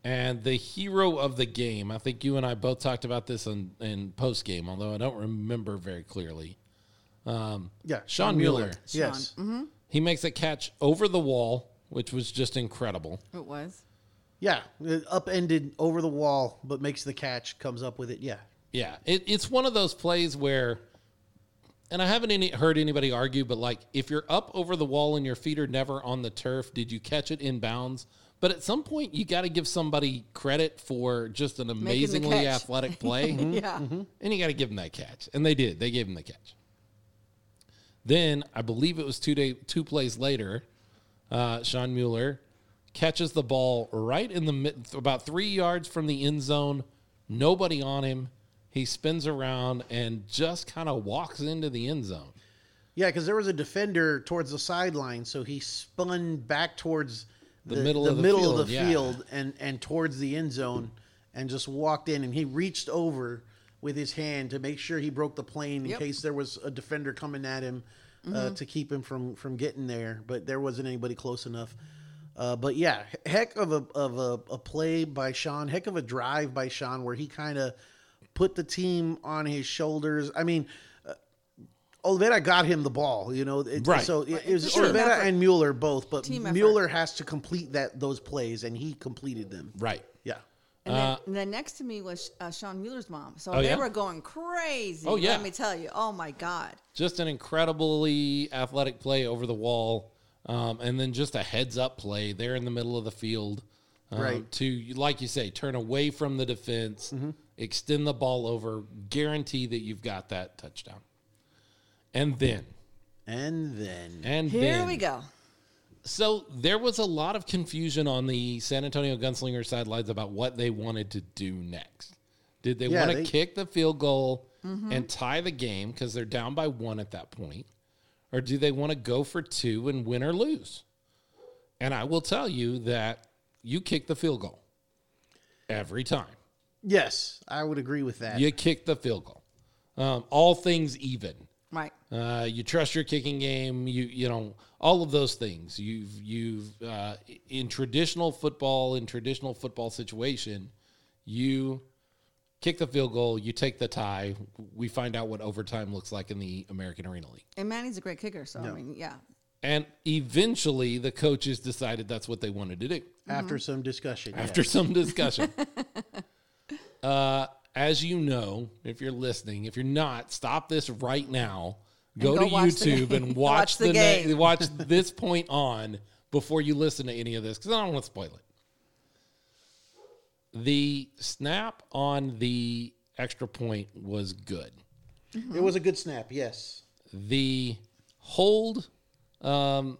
A: And the hero of the game, I think you and I both talked about this in, in post game, although I don't remember very clearly.
B: yeah.
A: Sean Mueller.
B: Yes,
A: He makes a catch over the wall, which was just incredible.
C: It was.
B: yeah. It Upended over the wall, but makes the catch. Comes up with it. Yeah,
A: Yeah, it, it's one of those plays where, and I haven't any, heard anybody argue, but like if you're up over the wall and your feet are never on the turf, did you catch it in bounds? But at some point, you got to give somebody credit for just an
C: the
A: amazingly
C: catch.
A: athletic play.
C: Yeah.
A: And you got to give him that catch. And they did. They gave him the catch. Then I believe it was two day, two plays later, uh, Sean Mueller catches the ball right in the mid, about three yards from the end zone. Nobody on him. He spins around and just kind of walks into the end zone.
B: yeah. Because there was a defender towards the sideline, so he spun back towards the,
A: middle of the
B: middle
A: field,
B: of the
A: yeah.
B: field and and towards the end zone, and just walked in, and he reached over with his hand to make sure he broke the plane in
C: Yep.
B: case there was a defender coming at him uh,
A: Mm-hmm.
B: to keep him from from getting there. But there wasn't anybody close enough. Uh, but yeah, he- heck of a of a, a play by Sean, heck of a drive by Sean, where he kind of put the team on his shoulders. I mean. Uh, Olvera got him the ball, you know. It,
A: Right.
B: So it, it was
C: Sure.
B: Olvera
C: Effort.
B: and Mueller both, but
C: Team effort.
B: Mueller has to complete that those plays, and he completed them.
A: Right.
B: Yeah.
C: And, then, and then next to me was uh, Sean Mueller's mom. So
A: Uh, Oh,
C: they
A: yeah?
C: were going crazy.
A: Oh, yeah.
C: Let me tell you. Oh, my God.
A: just an incredibly athletic play over the wall, um, and then just a heads up play there in the middle of the field. um,
B: Right.
A: To, like you say, turn away from the defense, extend the ball over, guarantee that you've got that touchdown. And then,
B: And then
A: and
C: Here
A: then.
C: we go.
A: So there was a lot of confusion on the San Antonio Gunslinger sidelines about what they wanted to do next. Did they
B: Yeah,
A: want to
B: they- Mm-hmm.
A: kick the field goal and tie the game because they're down by one at that point? Or do they want to go for two and win or lose? And I will tell you that you kick the field goal every time.
B: yes, I would agree with that.
A: You kick the field goal. Um, all things even.
C: Right.
A: Uh, you trust your kicking game. You you know all of those things. You've you've uh, in traditional football in traditional football situation, you kick the field goal. You take the tie. We find out what overtime looks like in the American Arena League.
C: And Manny's a great kicker, so I mean, yeah.
A: And eventually, the coaches decided that's what they wanted to do
B: After some discussion.
A: after some discussion. uh, as you know, if you're listening, if you're not, stop this right now. Go,
C: go
A: to
C: watch the
A: YouTube
C: game.
A: and watch,
C: Watch
A: the,
C: the
A: na-
C: game.
A: watch this point on before you listen to any of this because I don't want to spoil it. The snap on the extra point was good.
B: It was a good snap, yes.
A: The hold, um,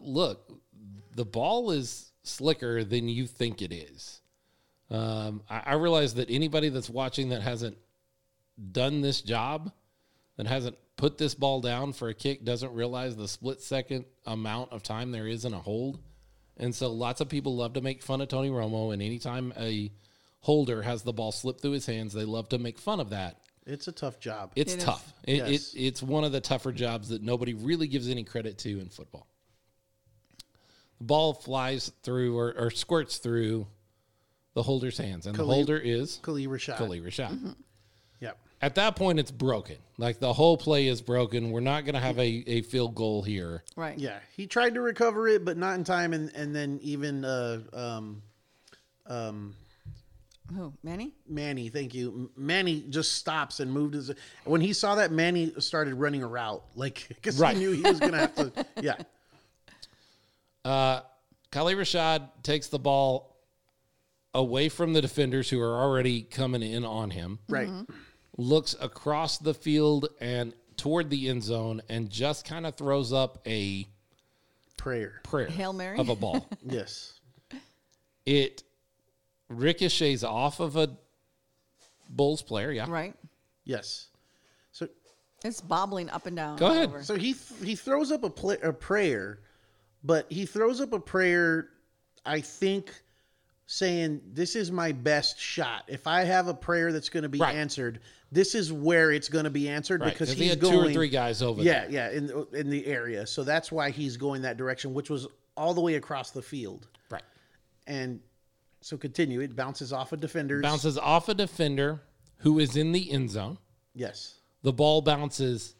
A: look, the ball is slicker than you think it is. Um, I, I realize that anybody that's watching that hasn't done this job, that hasn't put this ball down for a kick, doesn't realize the split second amount of time there is in a hold. And so lots of people love to make fun of Tony Romo. And anytime a holder has the ball slip through his hands, they love to make fun of that.
B: It's a tough job.
A: It's
C: It is.
A: tough. It,
B: Yes.
A: it, it's one of the tougher jobs that nobody really gives any credit to in football. The ball flies through or, or squirts through the holder's hands, and the
B: Khalil-
A: holder is
B: Khalil Rashad.
A: Khalil Rashad.
B: Yep.
A: At that point, it's broken. Like the whole play is broken. We're not going to have a, a field goal here.
C: Right.
B: Yeah. He tried to recover it, but not in time. And, and then even uh, um,
C: Who? Manny?
B: Manny, thank you. M- Manny just stops and moved his. When he saw that, Manny started running a route. Like, because
A: Right.
B: he knew he was going to have to. Yeah.
A: Khalil Rashad takes the ball away from the defenders who are already coming in on him.
B: Right.
A: looks across the field and toward the end zone and just kind of throws up a
B: Prayer.
A: prayer
C: Hail Mary?
A: of a ball.
B: Yes.
A: it ricochets off of a Bulls player. Yeah.
C: Right.
B: Yes. So
C: It's bobbling up and down.
A: Go
C: all
A: ahead.
C: over.
B: So he th- he throws up a pl- a prayer, but he throws up a prayer. I think saying this is my best shot. If I have a prayer that's going to be
A: Right.
B: answered, this is where it's going to be answered
A: Right.
B: because
A: Because
B: he's
A: he had
B: going
A: two or three guys over there.
B: Yeah, yeah, in the, in the area. So that's why he's going that direction, which was all the way across the field.
A: Right.
B: And so continue. It bounces off of defenders.
A: Bounces off a defender who is in the end zone.
B: Yes.
A: The ball bounces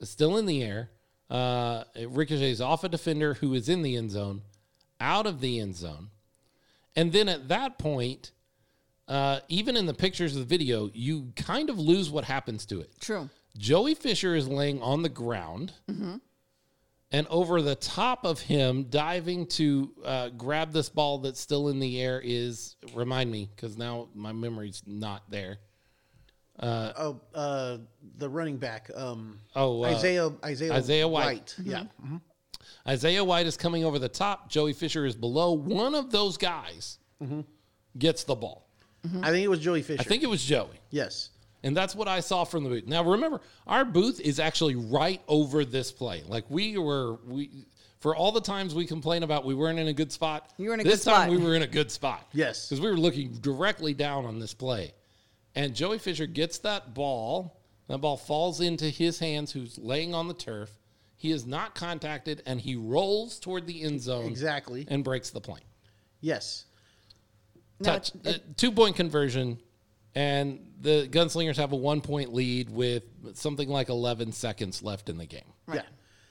A: still in the air. Uh, it ricochets off a defender who is in the end zone, out of the end zone. And then at that point, uh, even in the pictures of the video, you kind of lose what happens to it.
C: True.
A: Joey Fisher is laying on the ground, and over the top of him, diving to uh, grab this ball that's still in the air is remind me because now my memory's not there.
B: Oh, uh, the running back. Um,
A: Oh, uh,
B: Isaiah. Isaiah.
A: Isaiah White.
B: Yeah.
A: Isaiah White is coming over the top. Joey Fisher is below. One of those guys gets the ball.
B: I think it was Joey Fisher.
A: I think it was Joey.
B: yes.
A: And that's what I saw from the booth. Now remember, our booth is actually right over this play. Like we were we for all the times we complain about we weren't in a good spot.
C: You were in a
A: this
C: good
A: time
C: spot.
A: we were in a good spot.
B: Yes.
A: Because we were looking directly down on this play. And Joey Fisher gets that ball. That ball falls into his hands, who's laying on the turf. He is not contacted, and he rolls toward the end zone
B: Exactly.
A: and breaks the plane
B: Yes.
C: Now
A: touch uh, two point conversion, and the gunslingers have a one point lead with something like eleven seconds left in the game.
B: Yeah.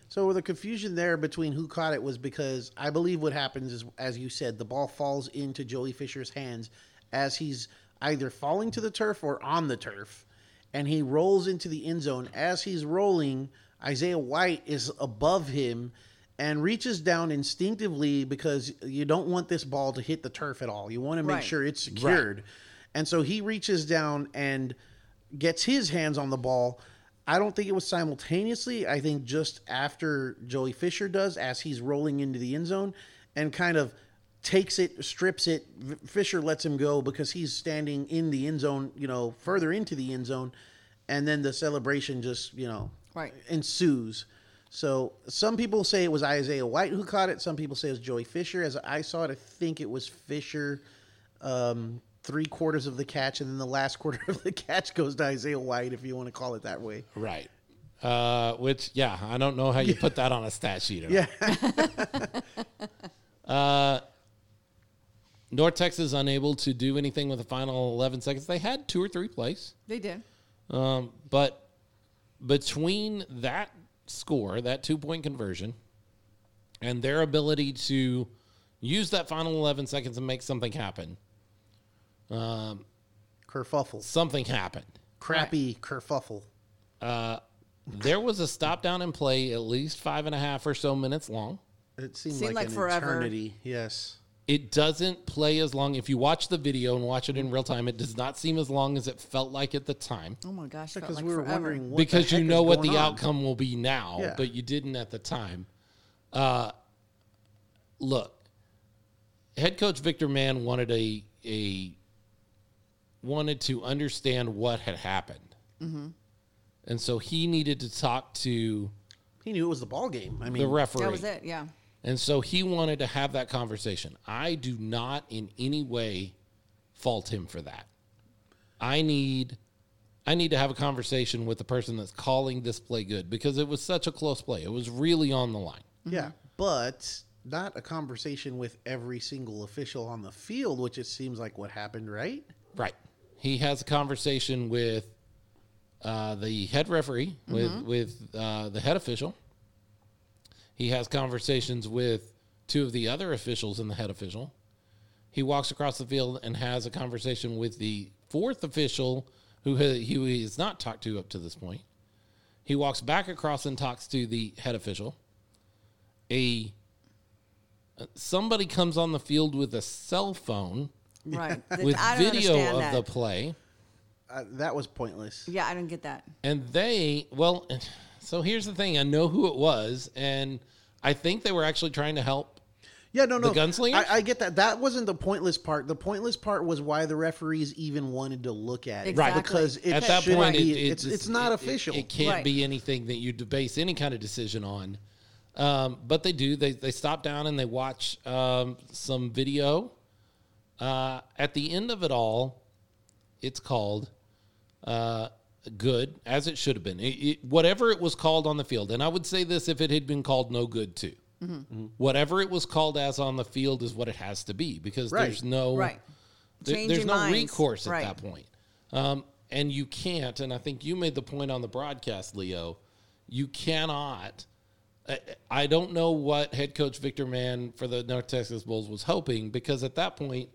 B: So the confusion there between who caught it was because I believe what happens is, as you said, the ball falls into Joey Fisher's hands as he's either falling to the turf or on the turf, and he rolls into the end zone. As he's rolling, Isaiah White is above him and reaches down instinctively because you don't want this ball to hit the turf at all. You want to make
C: Right.
B: sure it's secured. And so he reaches down and gets his hands on the ball. I don't think it was simultaneously. I think just after Joey Fisher does, as he's rolling into the end zone and kind of takes it, strips it. V- Fisher lets him go because he's standing in the end zone, you know, further into the end zone. And then the celebration just, you know,
C: Right.
B: ensues. So some people say it was Isaiah White who caught it. Some people say it was Joey Fisher. As I saw it, I think it was Fisher. Um, three quarters of the catch, and then the last quarter of the catch goes to Isaiah White, if you want to call it that way.
A: Right. Uh, which, yeah, I don't know how you put that on a stat sheet. at all.
B: Yeah.
A: North Texas unable to do anything with the final 11 seconds. They had two or three plays,
C: They did.
A: um, but between that score, that two point conversion, and their ability to use that final 11 seconds and make something happen,
B: Kerfuffle.
A: something happened.
B: Crappy kerfuffle.
A: There was a stop down and play at least five and a half or so minutes long.
B: It seemed,
C: Seemed
B: like,
C: like
B: an
C: forever.
B: eternity. Yes.
A: It doesn't play as long. If you watch the video and watch it in real time, it does not seem as long as it felt like at the time
C: Oh my gosh, felt
B: Because
C: like
B: we were
C: forever.
B: wondering what the
A: because you
B: heck is
A: know what
B: going
A: the
B: on.
A: outcome will be now,
B: Yeah.
A: but you didn't at the time. Uh, look, head coach Victor Mann wanted a a wanted to understand what had happened,
B: Mm-hmm.
A: and so he needed to talk to
B: He knew it was the ball game. I mean,
A: the referee.
C: That was it. Yeah.
A: And so he wanted to have that conversation. I do not in any way fault him for that. I need I need to have a conversation with the person that's calling this play good because it was such a close play. It was really on the line.
B: yeah, but not a conversation with every single official on the field, which it seems like what happened, right?
A: Right. He has a conversation with uh, the head referee, with with uh, the head official. He has conversations with two of the other officials and the head official. He walks across the field and has a conversation with the fourth official, who he who he has not talked to up to this point. He walks back across and talks to the head official. A uh, somebody comes on the field with a cell phone
C: Right. That-
A: with
C: I don't
A: video
C: understand
A: of
C: that.
A: the play.
B: Uh, that was pointless.
C: yeah, I don't get that.
A: And they, well, so here's the thing I know who it was, and I think they were actually trying to help.
B: Yeah, no, no.
A: gunslingers?
B: I, I get that. That wasn't the pointless part. The pointless part was why the referees even wanted to look at it.
C: Exactly.
B: Because it
A: At that
B: shouldn't
A: point,
B: be-
A: it, it-
B: it's, it's not
A: it-
B: official.
A: It, can't
C: Right.
A: be anything that you debase any kind of decision on. Um, but they do. They, they stop down and they watch um, some video. Uh, at the end of it all, it's called uh, good, as it should have been. It, it, whatever it was called on the field, and I would say this if it had been called no good too.
C: Mm-hmm.
A: Mm-hmm. Whatever it was called as on the field is what it has to be because
B: Right.
A: there's no
C: Right.
A: there-
C: Change
A: there's
C: your
A: no
C: minds.
A: recourse at
C: Right.
A: that point. Um, and you can't, and I think you made the point on the broadcast, Leo, you cannot. I- I don't know what head coach Victor Mann for the North Texas Bulls was hoping because at that point,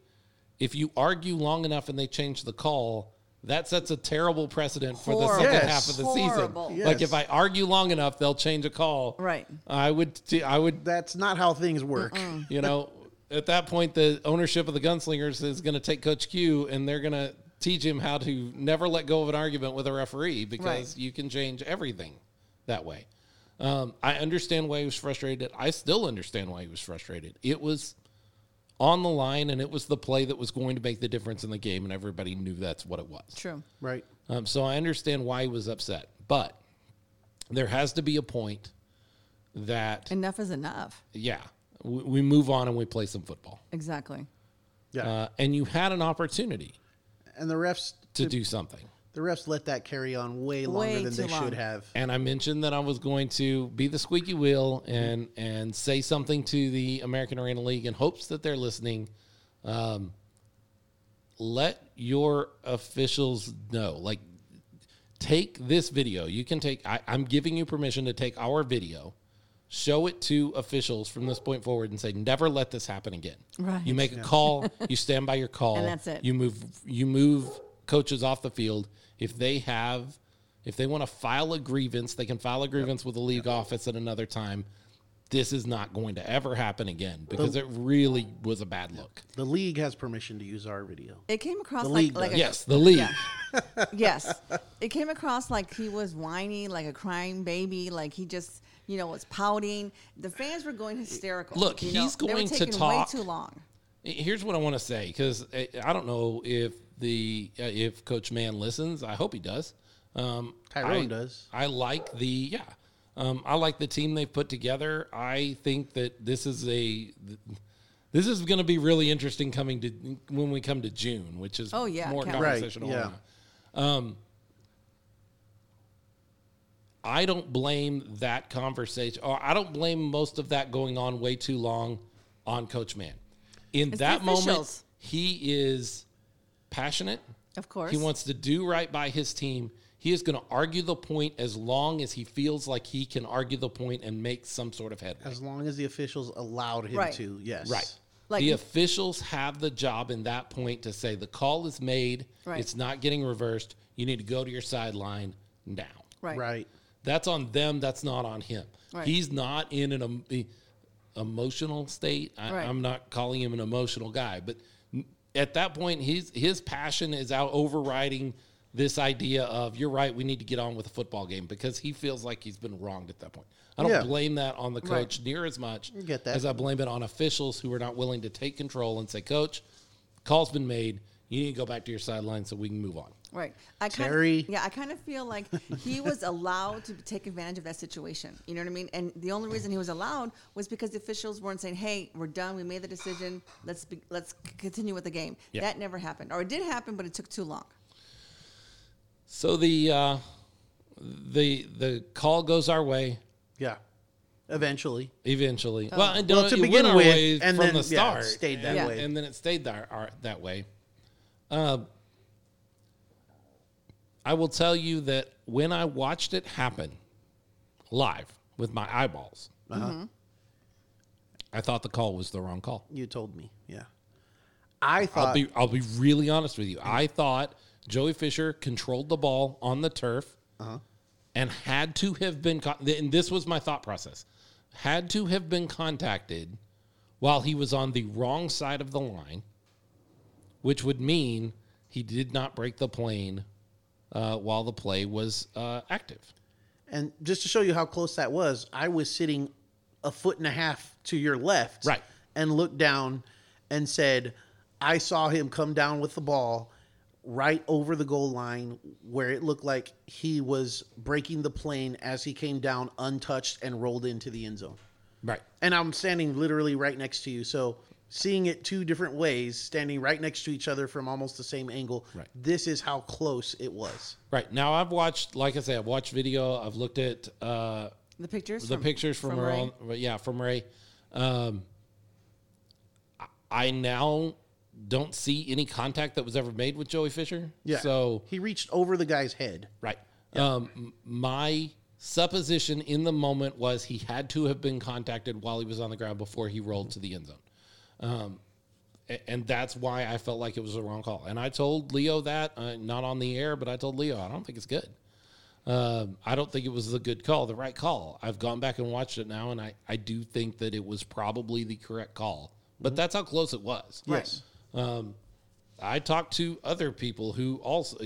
A: if you argue long enough and they change the call, that sets a terrible precedent for the
C: Horrible.
A: second
B: Yes.
A: half of the
C: Horrible.
A: season. Like if I argue long enough, they'll change a call.
C: Right.
A: I would. T- I would
B: That's not how things work.
A: you know, at that point, the ownership of the Gunslingers is going to take Coach Q and they're going to teach him how to never let go of an argument with a referee because
C: Right.
A: you can change everything that way. Um, I understand why he was frustrated. I still understand why he was frustrated. It was on the line and it was the play that was going to make the difference in the game, and everybody knew that's what it was.
C: True.
B: Right.
A: Um, so I understand why he was upset, but there has to be a point that,
C: Enough is enough.
A: yeah, we, we move on and we play some football
C: Exactly.
B: Yeah.
A: uh, and you had an opportunity
B: and the refs
A: to do something.
B: the refs let that carry on way longer
C: Way
B: than they
C: too long.
B: should have.
A: And I mentioned that I was going to be the squeaky wheel and and say something to the American Arena League in hopes that they're listening. Um, let your officials know, like, take this video. You can take. I, I'm giving you permission to take our video. Show it to officials from this point forward and say, never let this happen again.
C: Right.
A: You make a call, you stand by your call,
C: And that's it.
A: You move you move coaches off the field if they have if they want to file a grievance, they can file a grievance with the league office at another time. This is not going to ever happen again because it really was a bad look.
B: The league has permission to use our video.
C: It came across
B: The
C: like,
B: league
C: like a,
B: does.
A: Yes, the league.
C: yes. It came across like he was whiny, like a crying baby, like he just, you know, was pouting. The fans were going hysterical.
A: Look,
C: you know?
A: he's
C: They were
A: going to
C: taking
A: talk.
C: Way too long.
A: Here's what I want to say because I don't know if the uh, if Coach Mann listens. I hope he does. Um,
B: Tyrone
A: I-
B: does.
A: I like the yeah. Um, I like the team they've put together. I think that this is a this is going to be really interesting coming to when we come to June, which is
C: Oh, yeah,
A: more Um,
C: Cal-
B: Right,
A: conversational.
B: yeah.
A: Um, I don't blame that conversation, or I don't blame most of that going on way too long on Coach Man. In
C: It's the
A: that moment,
C: officials.
A: he is passionate.
C: Of course.
A: He wants to do right by his team. He is going to argue the point as long as he feels like he can argue the point and make some sort of headway.
B: As long as the officials allowed him
C: Right.
B: to, yes.
A: Right.
C: Like-
A: the officials have the job in that point to say the call is made.
C: Right.
A: It's not getting reversed. You need to go to your sideline now.
C: right.
B: Right.
A: That's on them. That's not on him.
C: Right.
A: He's not in an em- e- emotional state. I,
C: Right.
A: I'm not calling him an emotional guy, but n- at that point, his his passion is out overriding this idea of you're right. We need to get on with the football game because he feels like he's been wronged at that point. I don't
B: Yeah.
A: blame that on the
C: Right.
A: coach near as much
B: get that.
A: as I blame it on officials who are not willing to take control and say, "Coach, call's been made. You need to go back to your sideline so we can move on."
C: Right. I kind
B: Terry.
C: Of, yeah, I kind of feel like he was allowed to take advantage of that situation. You know what I mean? And the only reason he was allowed was because the officials weren't saying, "Hey, we're done. We made the decision. Let's be, let's c- continue with the game."
A: Yeah.
C: That never happened, or it did happen, but it took too long.
A: So the uh, the the call goes our way.
B: Yeah. Eventually.
A: Eventually, well, it,
B: Well,
A: it
B: to
A: went
B: begin
A: our
B: with,
A: way
B: and
A: from
B: then,
A: the
B: yeah,
A: start
B: it stayed that
A: and,
C: way.
A: and then it stayed there are, that way. Uh, I will tell you that when I watched it happen live with my eyeballs,
B: Uh-huh.
A: I thought the call was the wrong call.
B: You told me. Yeah. I
A: I'll
B: thought
A: be I'll be really honest with you. I thought Joey Fisher controlled the ball on the turf and had to have been con- and this was my thought process. Had to have been contacted while he was on the wrong side of the line, which would mean he did not break the plane uh, while the play was uh, active.
B: and just to show you how close that was, I was sitting a foot and a half to your left.
A: Right.
B: And looked down and said, I saw him come down with the ball right over the goal line where it looked like he was breaking the plane as he came down untouched and rolled into the end zone.
A: Right.
B: and I'm standing literally right next to you. So seeing it two different ways, standing right next to each other from almost the same angle,
A: Right.
B: this is how close it was.
A: Right. Now I've watched like I said, I've watched video, I've looked at uh
C: The pictures.
A: the pictures from, her
C: Ray.
A: own, yeah, from Ray. Um, I- I now don't see any contact that was ever made with Joey Fisher. So
B: he reached over the guy's head.
A: right. Um, m- my supposition in the moment was he had to have been contacted while he was on the ground before he rolled to the end zone. Um, a- and that's why I felt like it was the wrong call. And I told Leo that, uh, not on the air, but I told Leo, I don't think it's good. Um, I don't think it was the good call, the right call. I've gone back and watched it now, and I, I do think that it was probably the correct call. But that's how close it was.
B: Yes.
A: I talked to other people who also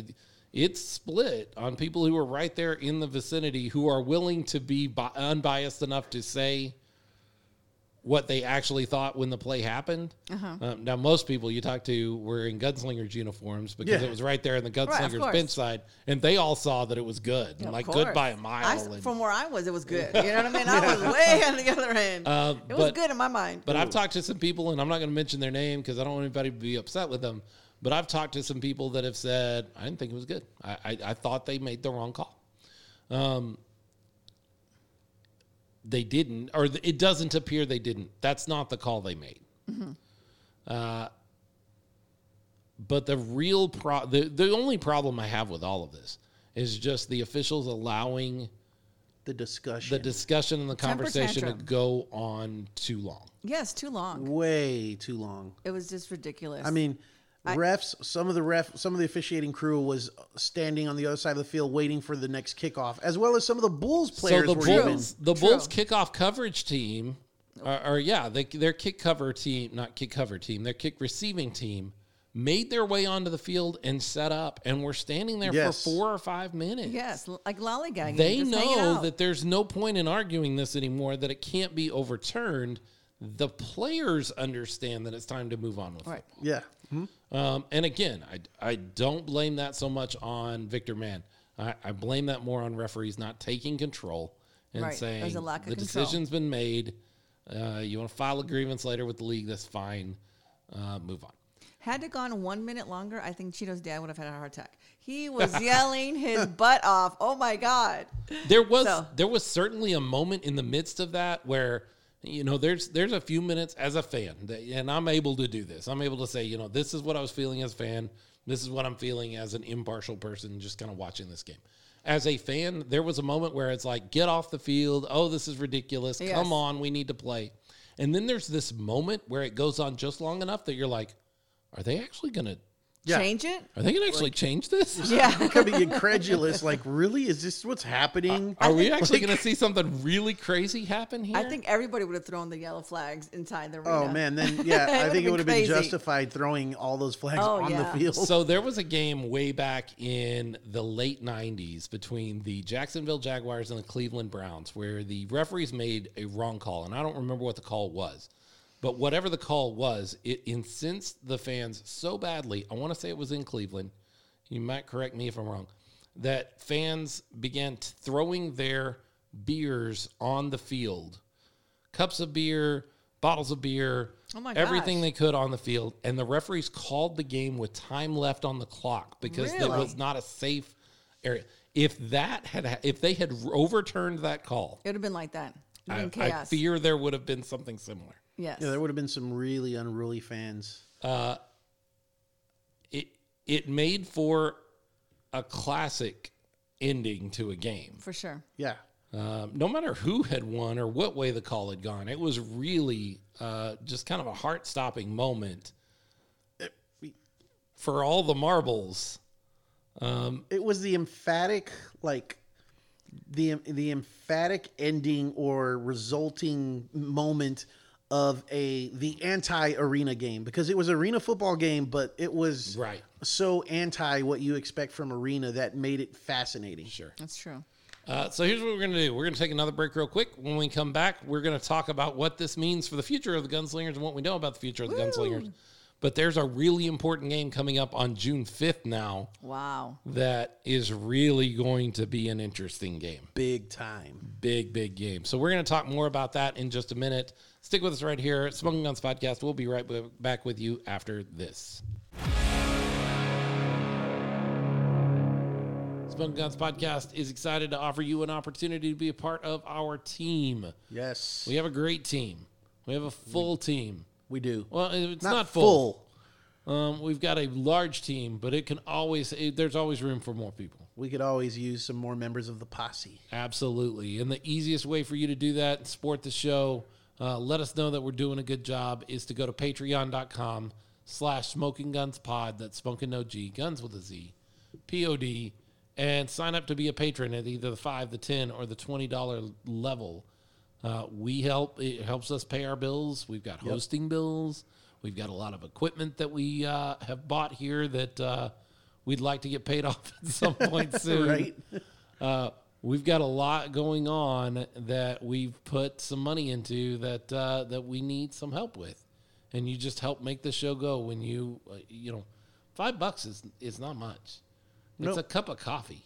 A: it's split on people who are right there in the vicinity who are willing to be bi- unbiased enough to say what they actually thought when the play happened.
C: Uh-huh.
A: Um, now, most people you talk to were in gunslingers uniforms because
B: Yeah.
A: it was right there in the
C: of
A: gunslingers
C: course.
A: bench side, and they all saw that it was good, and
C: Of
A: like
C: course.
A: good by a
C: I
A: mile.
C: s-
A: and-
C: from where I was, it was good. You know what I mean? I was way on the other end. it
A: Uh,
C: was
A: but-
C: good in my mind.
A: But I've talked to some people, and I'm not going to mention their name because I don't want anybody to be upset with them. But I've talked to some people that have said, I didn't think it was good. I, I, I thought they made the wrong call. Um, they didn't, or th- it doesn't appear they didn't. That's not the call they made.
C: Mm-hmm.
A: Uh, but the real pro, the, the only problem I have with all of this is just the officials allowing
B: The discussion.
A: the discussion and the
C: Temper
A: conversation to
C: tantrum.
A: go on too long.
C: yes, too long.
B: Way too long.
C: It was just ridiculous.
B: I mean, refs, some of the ref, some of the officiating crew was standing on the other side of the field waiting for the next kickoff, as well as some of the Bulls players
A: so the
B: were even.
A: Bulls, the
C: True.
A: Bulls kickoff coverage team, or, or yeah, they, their kick cover team, not kick cover team, their kick receiving team, made their way onto the field and set up, and were standing there
B: Yes.
A: for four or five minutes.
C: yes, l- like lollygagging.
A: They
C: just hanging
A: know
C: out.
A: that there's no point in arguing this anymore. That it can't be overturned. The players understand that it's time to move on with
C: Right.
A: it.
B: Yeah.
A: Um, and again, I, I don't blame that so much on Victor Mann. I, I blame that more on referees not taking control and
C: Right.
A: saying
C: There's a lack of
A: the
C: control."
A: decision's been made. Uh, you want to file a grievance later with the league? That's fine. Uh, move on.
C: Had it gone one minute longer, I think Cheeto's dad would have had a heart attack. He was yelling his butt off. Oh my God.
A: There was
C: So-
A: there was certainly a moment in the midst of that where you know there's there's a few minutes as a fan that, and I'm able to do this. I'm able to say, you know, this is what I was feeling as a fan. This is what I'm feeling as an impartial person just kind of watching this game. As a fan, there was a moment where it's like, get off the field. Oh, this is ridiculous.
C: Yes.
A: Come on, we need to play. And then there's this moment where it goes on just long enough that you're like, are they actually going to
B: Yeah.
C: Change it?
A: are they going to actually change this?
C: Yeah.
B: Becoming incredulous, like, really? Is this what's happening?
A: Are we actually going to see something really crazy happen here?
C: I think everybody would have thrown the yellow flags inside the arena.
B: Oh man, then yeah,
C: It
B: I
C: would've
B: think it
C: been
B: would have been
C: crazy.
B: justified throwing all those flags
C: Oh,
B: on
C: yeah.
B: the field.
A: So there was a game way back in the late 90s between the Jacksonville Jaguars and the Cleveland Browns where the referees made a wrong call and I don't remember what the call was. But whatever the call was, it incensed the fans so badly. I want to say it was in Cleveland. You might correct me if I'm wrong. That fans began t- throwing their beers on the field. Cups of beer, bottles of beer,
C: Oh my
A: everything
C: gosh.
A: they they could on the field, and the referees called the game with time left on the clock because it
C: Really?
A: was not a safe area. If that had, if they had overturned that call,
C: It would have been like that. It would
A: I,
C: have been
A: I
C: chaos.
A: fear there would have been something similar.
C: yes.
B: yeah, there would have been some really unruly fans.
A: It it made for a classic ending to a game.
C: for sure.
B: Yeah.
A: Um, no matter who had won or what way the call had gone, it was really uh, just kind of a heart stopping moment for all the marbles.
B: It was the emphatic like the the emphatic ending or resulting moment of a the anti arena game because it was arena football game but it was
A: Right.
B: so anti what you expect from arena that made it fascinating.
A: Sure.
C: That's true.
A: Uh, so here's what we're going to do. We're going to take another break real quick. When we come back, we're going to talk about what this means for the future of the Gunslingers and what we know about the future of the Gunslingers. But there's a really important game coming up on June 5th now
C: Wow.
A: that is really going to be an interesting game.
B: Big time.
A: Big, big game. So we're going to talk more about that in just a minute. Stick with us right here at Smoking Guns Podcast. We'll be right b- back with you after this. Smoking Guns Podcast is excited to offer you an opportunity to be a part of our team.
B: Yes.
A: We have a great team. We have a full team.
B: we do.
A: Well, it's not,
B: Not
A: full.
B: full.
A: Um, we've got a large team, but it can always it, there's always room for more people.
B: We could always use some more members of the posse.
A: Absolutely. And the easiest way for you to do that and support the show, uh, let us know that we're doing a good job, is to go to patreon.com slash smoking guns pod. That's smoking no G, guns with a Z, P O D, and sign up to be a patron at either the 5 the 10 or the $20 level. Uh, we help, it helps us pay our bills. We've got hosting bills. We've got a lot of equipment that we uh, have bought here that uh, we'd like to get paid off at some point soon
B: Right?
A: uh, we've got a lot going on that we've put some money into that uh, that we need some help with, and you just help make the show go. When you uh, you know, five bucks is is not much. It's a cup of coffee,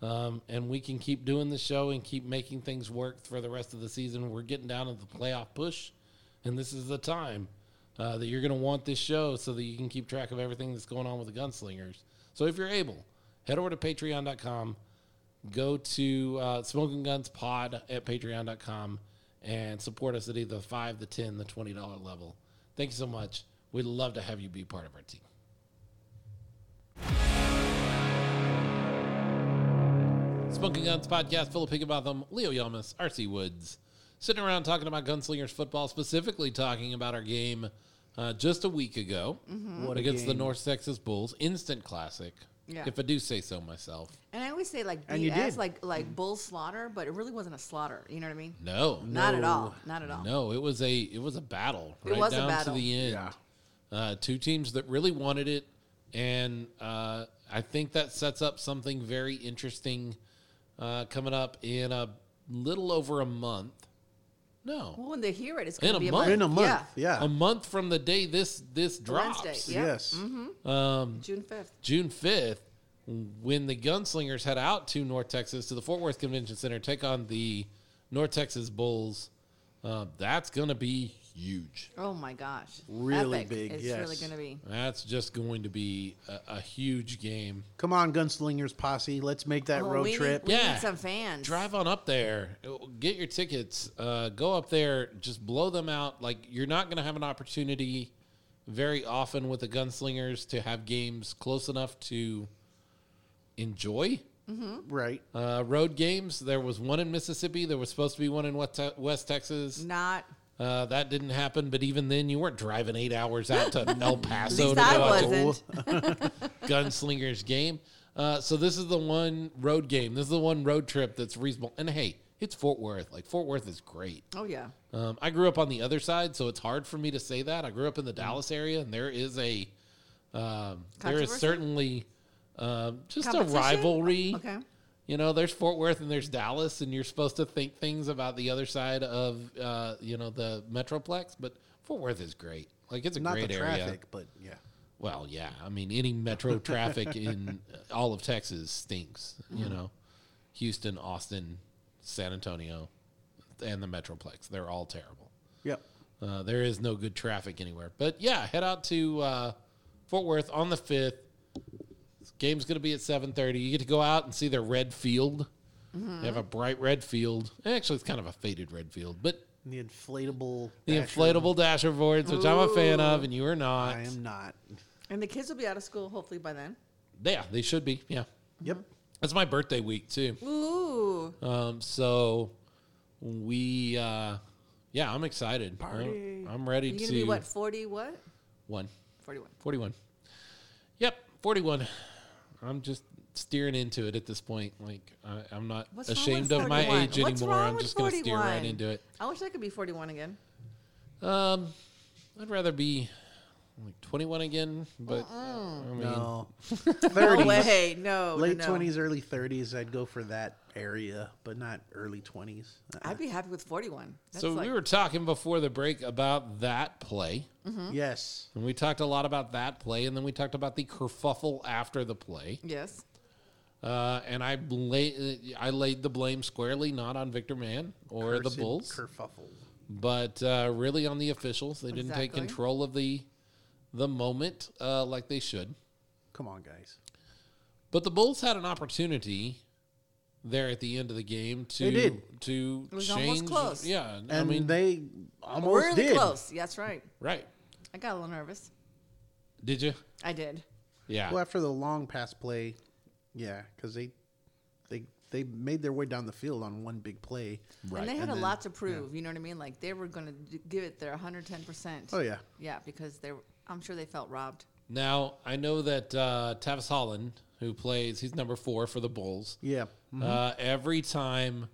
A: um, and we can keep doing the show and keep making things work for the rest of the season. We're getting down to the playoff push, and this is the time. Uh, that you're going to want this show so that you can keep track of everything that's going on with the gunslingers. So if you're able, head over to patreon.com go to uh, smoking guns pod at patreon.com and support us at either the 5 the 10 the $20 level thank you so much we'd love to have you be part of our team Smoking Guns Podcast, Philip Higginbotham, Leo Yamas, RC Woods. Sitting around talking about Gunslingers football, specifically talking about our game uh, just a week ago against the North Texas Bulls. Instant classic,
C: Yeah.
A: if I do say so myself.
C: And I always say like
B: And you
C: BS,
B: did.
C: like
A: Mm.
C: like bull slaughter, but it really wasn't a slaughter. You know what I mean?
A: No,
C: Not at all. Not at all.
A: No, it was a it was a battle
C: It
A: right
C: was a
A: down
C: battle.
A: to the end. Uh, two teams that really wanted it, and uh, I think that sets up something very interesting uh, coming up in a little over a month. No,
C: Well, when they hear it, it's going
A: a
C: to be a
A: month.
C: month.
B: In a month. Yeah.
A: a month from the day this this drops,
C: Wednesday, yeah. Mm-hmm.
B: Yes.
C: June fifth.
A: June fifth, when the Gunslingers head out to North Texas to the Fort Worth Convention Center, take on the North Texas Bulls. Uh, that's going to be huge.
C: Oh my gosh.
B: Really
C: Epic.
B: big,
C: It's really
B: yes.
C: going to be.
A: That's just going to be a, a huge game.
B: Come on, Gunslingers posse, let's make that
C: Oh,
B: road
C: we need-
B: trip.
C: we
A: Yeah.
C: need some fans.
A: Drive on up there, get your tickets, uh, go up there, just blow them out. Like you're not going to have an opportunity very often with the gunslingers to have games close enough to enjoy.
C: Mm-hmm.
B: Right.
A: Uh, road games. There was one in Mississippi. There was supposed to be one in West, Te- West Texas.
C: Not.
A: Uh, that didn't happen. But even then, you weren't driving eight hours out to El Paso
C: At
A: to
C: least I
A: go out to
C: wasn't.
A: gunslingers game. Uh, so this is the one road game. This is the one road trip that's reasonable. And hey, it's Fort Worth. Like Fort Worth is great.
C: Oh, yeah.
A: Um, I grew up on the other side, so it's hard for me to say that. I grew up in the Dallas area, and there is a um, there is
C: Controversy?
A: certainly um, just a
C: Competition?
A: rivalry.
C: Okay.
A: You know, there's Fort Worth and there's Dallas, and you're supposed to think things about the other side of uh, you know the metroplex, but Fort Worth is great. Like it's a
B: Not the
A: great
B: traffic,
A: area.
B: but yeah.
A: Well, yeah. I mean, any metro traffic in all of Texas stinks, you know. Houston, Austin, San Antonio, and the Metroplex. They're all terrible.
B: Yep.
A: Uh, there is no good traffic anywhere. But yeah, head out to uh, Fort Worth on the 5th. This game's going to be at 7.30. You get to go out and see their red field. They have a bright red field. Actually, it's kind of a faded red field, but
B: And the inflatable.
A: the
B: dasher,
A: inflatable dasher boards, which I'm a fan of, and you are not.
B: I am not.
C: And the kids will be out of school hopefully by then.
A: Yeah, they should be. Yeah.
B: Yep.
A: That's my birthday week too.
C: Ooh.
A: Um, so we, uh, yeah, I'm excited. I'm-
B: Party.
A: I'm, ready
C: You're going
A: to
C: to be what, 40 what?
A: one
C: 41.
A: 41. Yep, 41. I'm just steering into it at this point. Like I, I'm not
C: What's wrong with
A: ashamed of my
C: 41?
A: age
C: What's
A: anymore.
C: wrong
A: I'm
C: with
A: just going to steer
C: 41?
A: right into it.
C: I wish I could be 41 again.
A: Um, I'd rather be like 21 again, but I mean,
B: No.
C: No
B: 30s.
C: way. No. no,
B: Late
C: no.
B: 20s, early 30s, I'd go for that area, but not early 20s. Uh-uh.
C: I'd be happy with 41. That's
A: so
C: like,
A: we were talking before the break about that play.
C: Mm-hmm.
B: Yes.
A: And we talked a lot about that play, and then we talked about the kerfuffle after the play.
C: Yes.
A: Uh, and I bla- I laid the blame squarely not on Victor Mann or
B: Cursed
A: the Bulls,
B: Kerfuffle.
A: but uh, really on the officials. They didn't take
C: Exactly.
A: control of the the moment uh, like they should.
B: Come on, guys.
A: But the Bulls had an opportunity there at the end of the game to
B: They did.
A: to
C: was almost
A: change.
C: close.
A: Yeah, I
B: And
A: mean,
B: they almost
C: really
B: did.
C: close. Yeah, That's right.
A: right?
C: I got a little nervous.
A: Did you?
C: I did.
A: Yeah.
B: Well, after the long pass play, yeah, because they they they made their way down the field on one big play.
A: Right.
C: And they had
B: And
C: a
B: then-
C: lot to prove. You know what I mean? Like they were going to give it their 110%.
B: Oh yeah,
C: Yeah, because they were, I'm sure they felt robbed.
A: Now I know that uh, Tavis Holland, who plays, he's number four for the Bulls.
B: yeah.
A: Uh, every time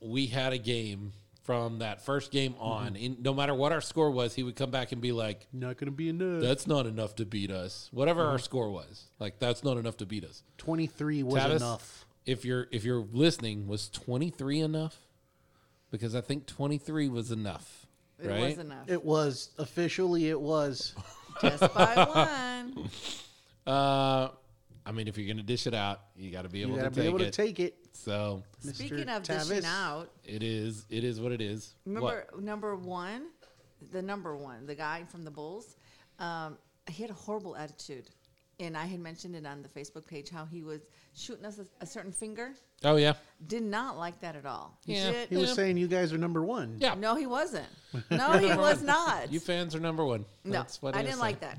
A: we had a game from that first game
B: Mm-hmm.
A: on, in, no matter what our score was, he would come back and be like,
B: Not gonna be enough.
A: "That's not enough to beat us." Whatever
B: Mm-hmm.
A: our score was, like that's not enough to beat us.
B: Twenty three was
A: Tavis,
B: enough.
A: If you're if you're listening, was twenty three enough? Because I think twenty three was enough,
C: It
A: right?
C: was enough.
B: It was officially. It was.
C: Just by one.
A: Uh, I mean, if you're gonna dish it out, you got to be
B: You
A: able to
B: gotta
A: take
B: be able
A: it.
B: to take it.
A: so
C: Speaking
B: Mr.
C: of dishing
B: Tavis.
C: out,
A: it is it is what it is. What?
C: remember number one, the number one, the guy from the Bulls, um, he had a horrible attitude. And I had mentioned it on the Facebook page how he was shooting us a, a certain finger.
A: Oh yeah,
C: Did not like that at all.
A: Yeah.
C: Did-
B: He was
A: Yeah.
B: saying you guys are number one.
A: Yeah.
C: no, he wasn't. No, he was not.
A: you fans are number one.
C: no,
A: That's what
C: I
A: is
C: didn't
A: saying.
C: like that.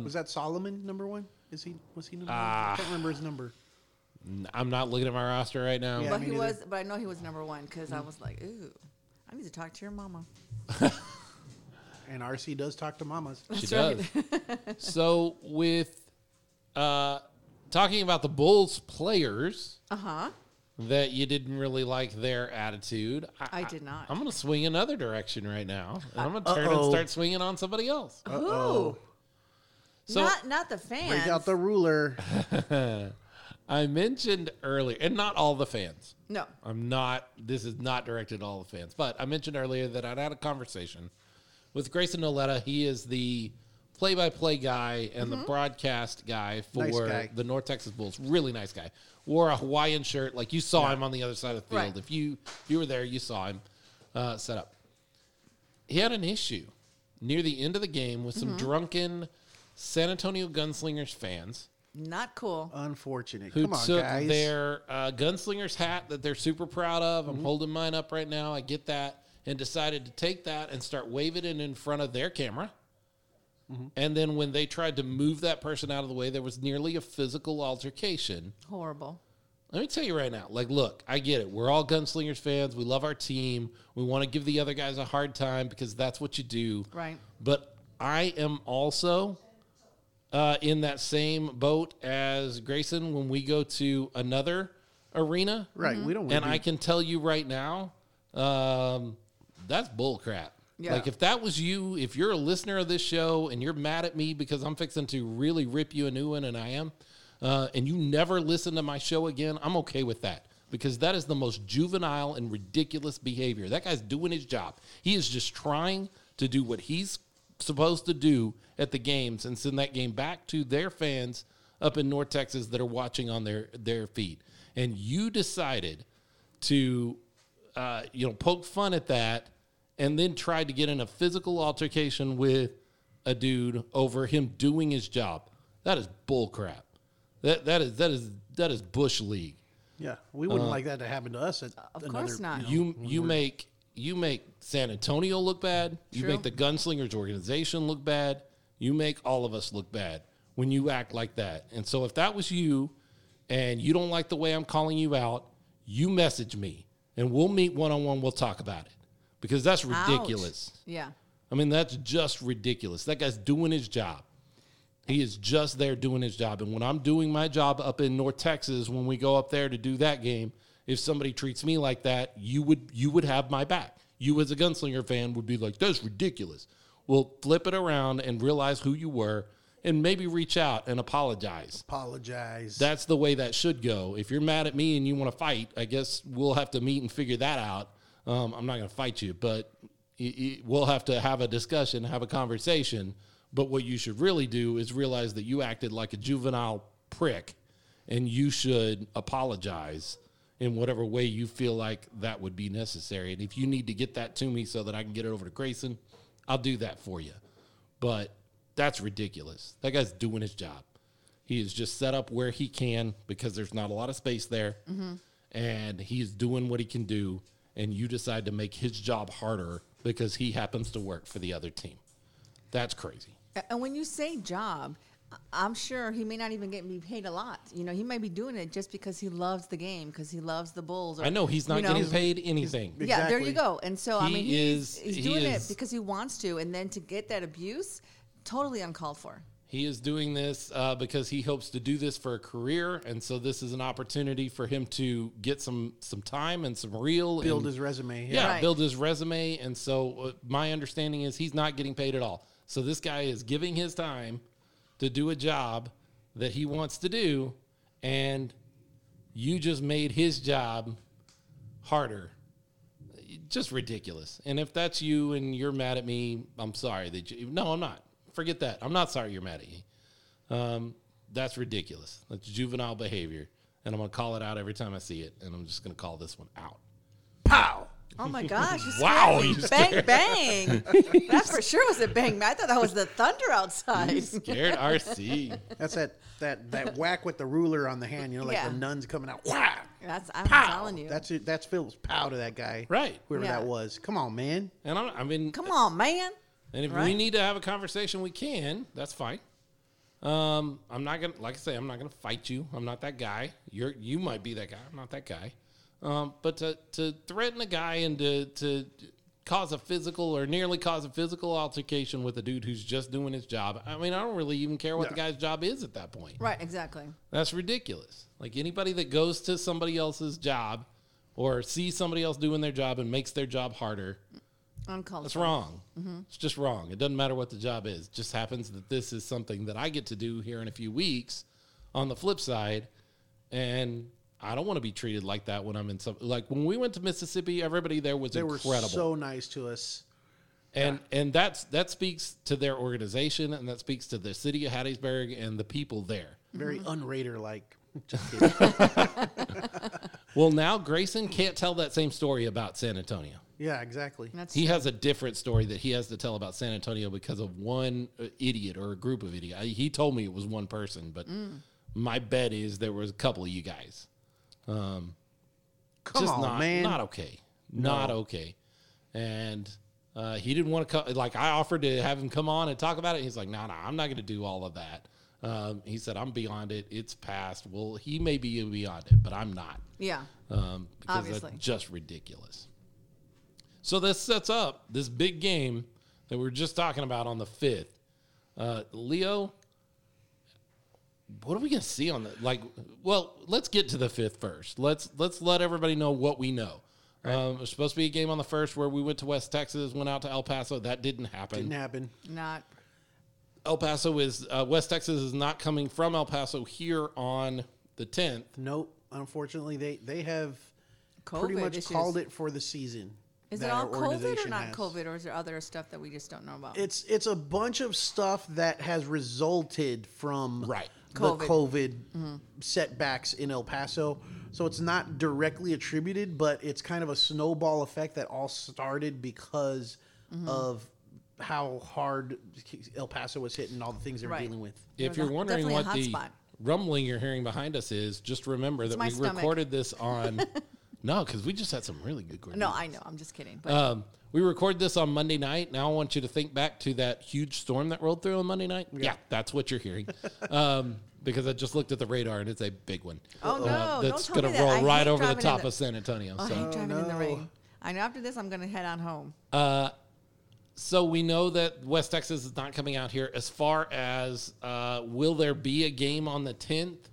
B: Was that Solomon number one? Is he? Was he number one?
A: Ah.
B: I can't remember his number.
A: I'm not looking at my roster right now.
B: Yeah.
C: but
B: me
C: he
B: neither.
C: was, but I know he was number one because I was like, ooh, I need to talk to your mama.
B: And RC does talk to mamas.
A: she does.
C: That's
A: so with uh, talking about the Bulls players
C: Uh huh.
A: that you didn't really like their attitude,
C: I did not.
A: I'm going to swing another direction right now, and I'm going to turn
B: Uh-oh.
A: and start swinging on somebody else.
C: Ooh.
A: So
C: not not the fans.
B: Break out the ruler.
A: I mentioned earlier, and not all the fans.
C: no.
A: I'm not. This is not directed at all the fans, but I mentioned earlier that I'd had a conversation with Grayson Noletta. He is the play-by-play guy and the broadcast guy for
B: Mm-hmm. Nice guy.
A: the North Texas Bulls. Really nice guy. Wore a Hawaiian shirt, like you saw him on the other side of the field.
C: Right.
A: If you if you were there, you saw him uh, set up. he had an issue near the end of the game with some
B: Mm-hmm.
A: drunken San Antonio Gunslingers fans
C: Not cool.
B: Unfortunate.
A: who
B: Come on,
A: took
B: guys.
A: their uh, gunslingers hat that they're super proud of.
B: Mm-hmm.
A: I'm holding mine up right now. I get that and decided to take that and start waving it in front of their camera.
B: Mm-hmm.
A: And then when they tried to move that person out of the way, there was nearly a physical altercation.
C: Horrible.
A: Let me tell you right now, like, look, I get it. We're all gunslingers fans. We love our team. We want to give the other guys a hard time because that's what you do.
C: Right.
A: But I am also uh, in that same boat as Grayson when we go to another arena.
B: right. We don't.
A: And
B: wanna
A: I
B: be-
A: can tell you right now, um, that's bull crap.
C: Yeah.
A: Like if that was you, if you're a listener of this show and you're mad at me because I'm fixing to really rip you a new one, and I am, uh, and you never listen to my show again, I'm okay with that because that is the most juvenile and ridiculous behavior. That guy's doing his job. He is just trying to do what he's supposed to do at the games and send that game back to their fans up in North Texas that are watching on their their feed. And you decided to uh, you know poke fun at that and then tried to get in a physical altercation with a dude over him doing his job that is bull crap that that is that is that is bush league
B: yeah, we wouldn't
A: Uh,
B: like that to happen to us. At
C: Of course not.
A: you you make you make San Antonio look bad. You
C: True.
A: make the Gunslingers organization look bad. You make all of us look bad when you act like that. And so if that was you and you don't like the way I'm calling you out, you message me and we'll meet one on one. We'll talk about it because that's
C: Ouch.
A: ridiculous.
C: Yeah.
A: I mean, that's just ridiculous. That guy's doing his job. He is just there doing his job. And when I'm doing my job up in North Texas, when we go up there to do that game, if somebody treats me like that, you would you would have my back. You as a gunslinger fan would be like, "That's ridiculous." Well, flip it around and realize who you were, and maybe reach out and apologize.
B: Apologize.
A: That's the way that should go. If you're mad at me and you want to fight, I guess we'll have to meet and figure that out. Um, I'm not going to fight you, but y- y- we'll have to have a discussion, have a conversation. But what you should really do is realize that you acted like a juvenile prick and you should apologize in whatever way you feel like that would be necessary. And if you need to get that to me so that I can get it over to Grayson, I'll do that for you. But that's ridiculous. That guy's doing his job. He is just set up where he can because there's not a lot of space there. And he's doing what he can do. And you decide to make his job harder because he happens to work for the other team. That's crazy.
C: A- And when you say job, I- I'm sure he may not even get be paid a lot. You know, he may be doing it just because he loves the game, because he loves the Bulls. Or,
A: I know he's not
C: you
A: getting paid anything.
C: Yeah, there
B: Exactly.
C: you go. And so I
A: He
C: mean, he's,
A: is-
C: he's
A: he
C: doing
A: is-
C: it because he wants to, and then to get that abuse, totally uncalled for.
A: He is doing this uh, because he hopes to do this for a career, and so this is an opportunity for him to get some some time and some real
B: Build
A: and-
B: his resume.
A: yeah,
C: Right.
A: build his resume. And so uh, my understanding is he's not getting paid at all. So this guy is giving his time to do a job that he wants to do, and you just made his job harder. Just ridiculous. And if that's you and you're mad at me, I'm sorry that you. No, I'm not. Forget that. I'm not sorry you're mad at me. Um, that's ridiculous. That's juvenile behavior. And I'm going to call it out every time I see it. And I'm just going to call this one out.
B: Pow.
C: Oh my gosh! you
A: Wow,
C: scared me.
A: you
C: bang bang! that for sure was a bang. I thought that was the thunder outside.
A: Scared RC.
B: That's that that that whack with the ruler on the hand. You know, like
C: Yeah.
B: the nuns coming out. Wah!
C: That's I'm
B: Pow.
C: telling you.
B: That's it. That's Phil's pow to that guy.
A: Right.
B: Whoever
C: Yeah.
B: that was. Come on, man.
A: And I'm, I mean,
C: Come on, man.
A: and if we
C: right.
A: need to have a conversation, we can. That's fine. Um, I'm not gonna, like I say, I'm not gonna fight you. I'm not that guy. You're, you might be that guy. I'm not that guy. Um, but to to threaten a guy and to to cause a physical or nearly cause a physical altercation with a dude who's just doing his job. I mean, I don't really even care what the guy's job is at that point.
C: Right, exactly.
A: That's ridiculous. Like anybody that goes to somebody else's job or sees somebody else doing their job and makes their job harder.
C: Uncalled.
A: That's
C: for.
A: wrong. It's just wrong. It doesn't matter what the job is. It just happens that this is something that I get to do here in a few weeks on the flip side. And I don't want to be treated like that when I'm in some like when we went to Mississippi, everybody there was
B: They were
A: incredible.
B: so nice to us.
A: and and that's that speaks to their organization and that speaks to the city of Hattiesburg and the people there.
B: Very
C: Mm-hmm.
B: unraider like. Just kidding.
A: Well, now Grayson can't tell that same story about San Antonio.
B: Yeah, exactly.
C: That's
A: He has a different story that he has to tell about San Antonio because of one uh, idiot or a group of idiots. He told me it was one person, but
B: Mm.
A: my bet is there was a couple of you guys.
B: Come
A: just
B: on,
A: not,
B: man.
A: Not okay. Not okay. And uh, he didn't want to come. Like I offered to have him come on and talk about it. He's like, "No, nah, no, nah, I'm not going to do all of that." Um, he said, "I'm beyond it. It's past." Well, he may be beyond it, but I'm not.
C: yeah.
A: Um, because
C: Obviously.
A: that's just ridiculous. So this sets up this big game that we were just talking about on the fifth. Uh, Leo, what are we gonna see on the like? Well, let's get to the fifth first. Let's let's let everybody know what we know. Um, it was supposed to be a game on the first where we went to West Texas, went out to El Paso. That didn't happen.
B: Didn't happen.
C: Not
A: El Paso is uh, West Texas is not coming from El Paso here on the tenth.
B: Nope. Unfortunately, they they have
C: COVID
B: pretty much
C: issues.
B: called it for the season.
C: Is it
B: that
C: all
B: our
C: COVID or
B: organization
C: not
B: has.
C: COVID, or is there other stuff that we just don't know about?
B: It's it's a bunch of stuff that has resulted from
A: Right.
B: the
C: COVID. Mm-hmm.
B: COVID, setbacks in El Paso. So it's not directly attributed, but it's kind of a snowball effect that all started because
C: Mm-hmm.
B: of how hard El Paso was hit and all the things they were
C: Right.
B: dealing with.
A: If
C: There's
A: you're
C: a-
A: wondering
C: definitely a
A: what the
C: hotspot.
A: rumbling you're hearing behind us is, just remember that
C: my
A: we
C: stomach.
A: recorded this on. no, because we just had some really good. Gordita.
C: no, I know. I'm just kidding. But
A: Um, we recorded this on Monday night. Now I want you to think back to that huge storm that rolled through on Monday night. Yeah, that's what you're hearing. um, because I just looked at the radar and it's a big one.
C: Oh, no, don't
A: uh, that's
C: tell me
A: gonna
C: that. I
A: roll right
C: hate
A: over the
C: driving in
A: top
C: the-
A: of San Antonio.
C: I
A: so
C: hate driving in the rain. I know. After this, I'm going to head on home.
A: so we know that West Texas is not coming out here. As far as uh, will there be a game on the tenth?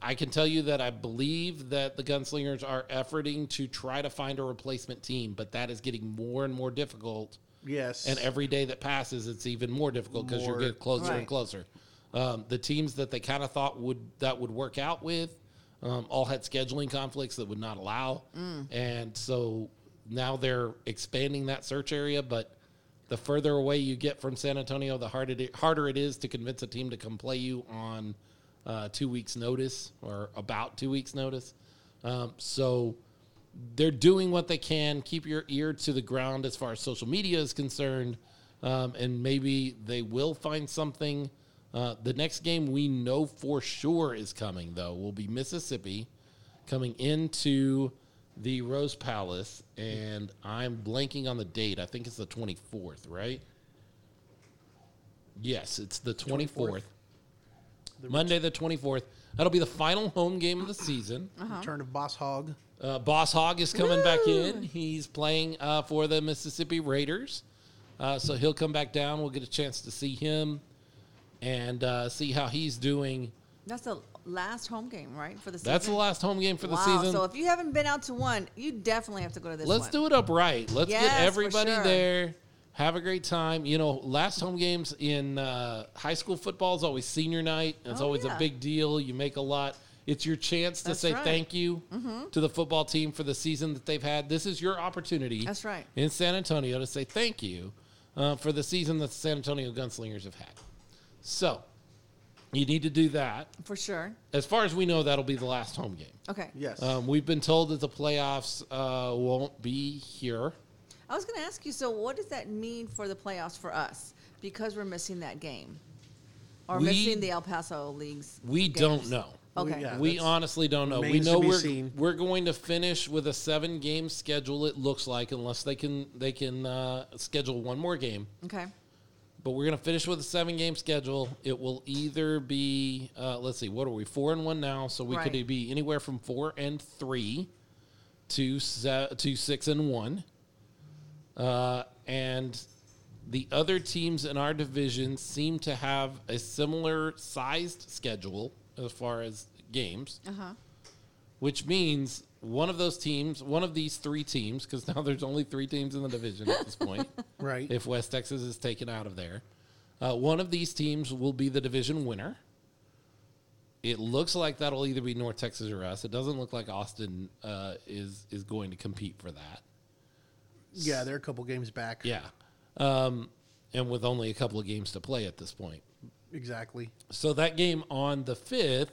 A: I can tell you that I believe that the Gunslingers are efforting to try to find a replacement team, but that is getting more and more difficult.
B: Yes.
A: And every day that passes, it's even more difficult because you're
B: More.
A: getting closer and
C: Right.
A: closer. Um, the teams that they kind of thought would that would work out with um, all had scheduling conflicts that would not allow, and so now they're expanding that search area. But the further away you get from San Antonio, the harder it, harder it is to convince a team to come play you on uh, two weeks' notice or about two weeks' notice. Um, so they're doing what they can. Keep your ear to the ground as far as social media is concerned, um, and maybe they will find something. Uh, the next game we know for sure is coming, though, will be Mississippi coming into the Rose Palace, and I'm blanking on the date. I think it's the 24th, right? Yes, it's the 24th. Monday the 24th. That'll be the final home game of the season.
C: Uh-huh.
B: Return of Boss Hog.
A: Uh, Boss Hogg is coming back in. He's playing uh, for the Mississippi Raiders. Uh, so he'll come back down. We'll get a chance to see him and uh, see how he's doing.
C: That's the last home game, right, for the season.
A: That's the last home game for the
C: wow.
A: season.
C: So if you haven't been out to one, you definitely have to go to this
A: Let's
C: one.
A: do it upright. Let's
C: Yes,
A: get
C: for
A: everybody
C: sure.
A: there. Have a great time. You know, last home games in uh, high school football is always senior night. It's
C: Oh,
A: always
C: yeah.
A: a big deal. You make a lot. It's your chance to
C: That's
A: say
C: right. Mm-hmm.
A: thank you to the football team for the season that they've had. This is your opportunity.
C: That's right.
A: In San Antonio to say thank you uh, for the season that the San Antonio Gunslingers have had. So you need to do that.
C: For sure.
A: As far as we know, that'll be the last home game.
C: Okay.
B: Yes.
A: Um, we've been told that the playoffs uh, won't be here.
C: I was going to ask you, so what does that mean for the playoffs for us? Because we're missing that game. Or
A: We-
C: missing the El Paso League's.
A: We
C: games.
A: don't know.
C: Okay.
B: yeah.
A: we
B: that's-
A: honestly don't know. We
B: remains to
A: know
B: be
A: we're
B: seen.
A: we're going to finish with a seven game schedule. It looks like unless they can they can uh, schedule one more game,
C: Okay.
A: but we're going to finish with a seven game schedule. It will either be uh, let's see, what are we four and one now? So we
C: Right.
A: could be anywhere from four and three to se- to six and one. Uh, and the other teams in our division seem to have a similar sized schedule as far as games,
C: Uh-huh.
A: which means one of those teams, one of these three teams, because now there's only three teams in the division at this point.
B: right.
A: If West Texas is taken out of there, uh, one of these teams will be the division winner. It looks like that'll either be North Texas or us. It doesn't look like Austin uh, is is going to compete for that.
B: yeah, they're a couple games back.
A: Yeah. Um, and with only a couple of games to play at this point.
B: Exactly.
A: So that game on the 5th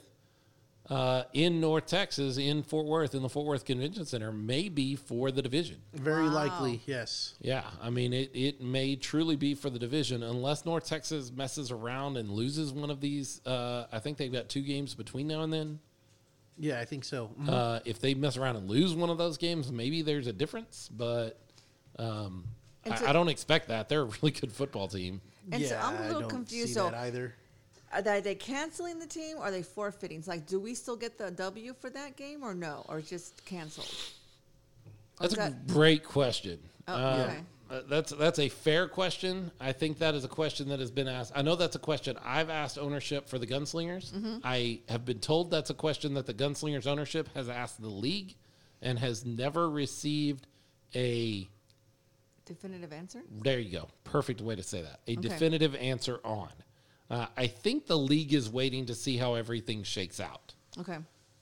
A: uh, in North Texas, in Fort Worth, in the Fort Worth Convention Center, maybe for the division.
B: Very likely, yes.
A: Yeah, I mean it. It may truly be for the division, unless North Texas messes around and loses one of these. Uh, I think they've got two games between now and then.
B: Yeah, I think so. Mhm.
A: Uh, if they mess around and lose one of those games, maybe there's a difference. But um,
C: And
A: I,
C: so-
A: I don't expect that. They're a really good football team.
C: And so
B: yeah,
C: I'm a
B: I
C: little
B: don't
C: confused.
B: See
C: So
B: that either.
C: are they, are they canceling the team? Or are they forfeiting? It's like, do we still get the W for that game or no? Or just canceled? Or
A: That's
C: is
A: a
C: that-
A: great question.
C: Oh,
A: Uh,
C: okay.
A: uh, that's that's a fair question. I think that is a question that has been asked. I know that's a question I've asked ownership for the Gunslingers.
C: Mm-hmm.
A: I have been told that's a question that the Gunslingers ownership has asked the league, and has never received a.
C: definitive answer?
A: There you go. Perfect way to say that. A
C: Okay.
A: definitive answer on. Uh, I think the league is waiting to see how everything shakes out.
C: Okay.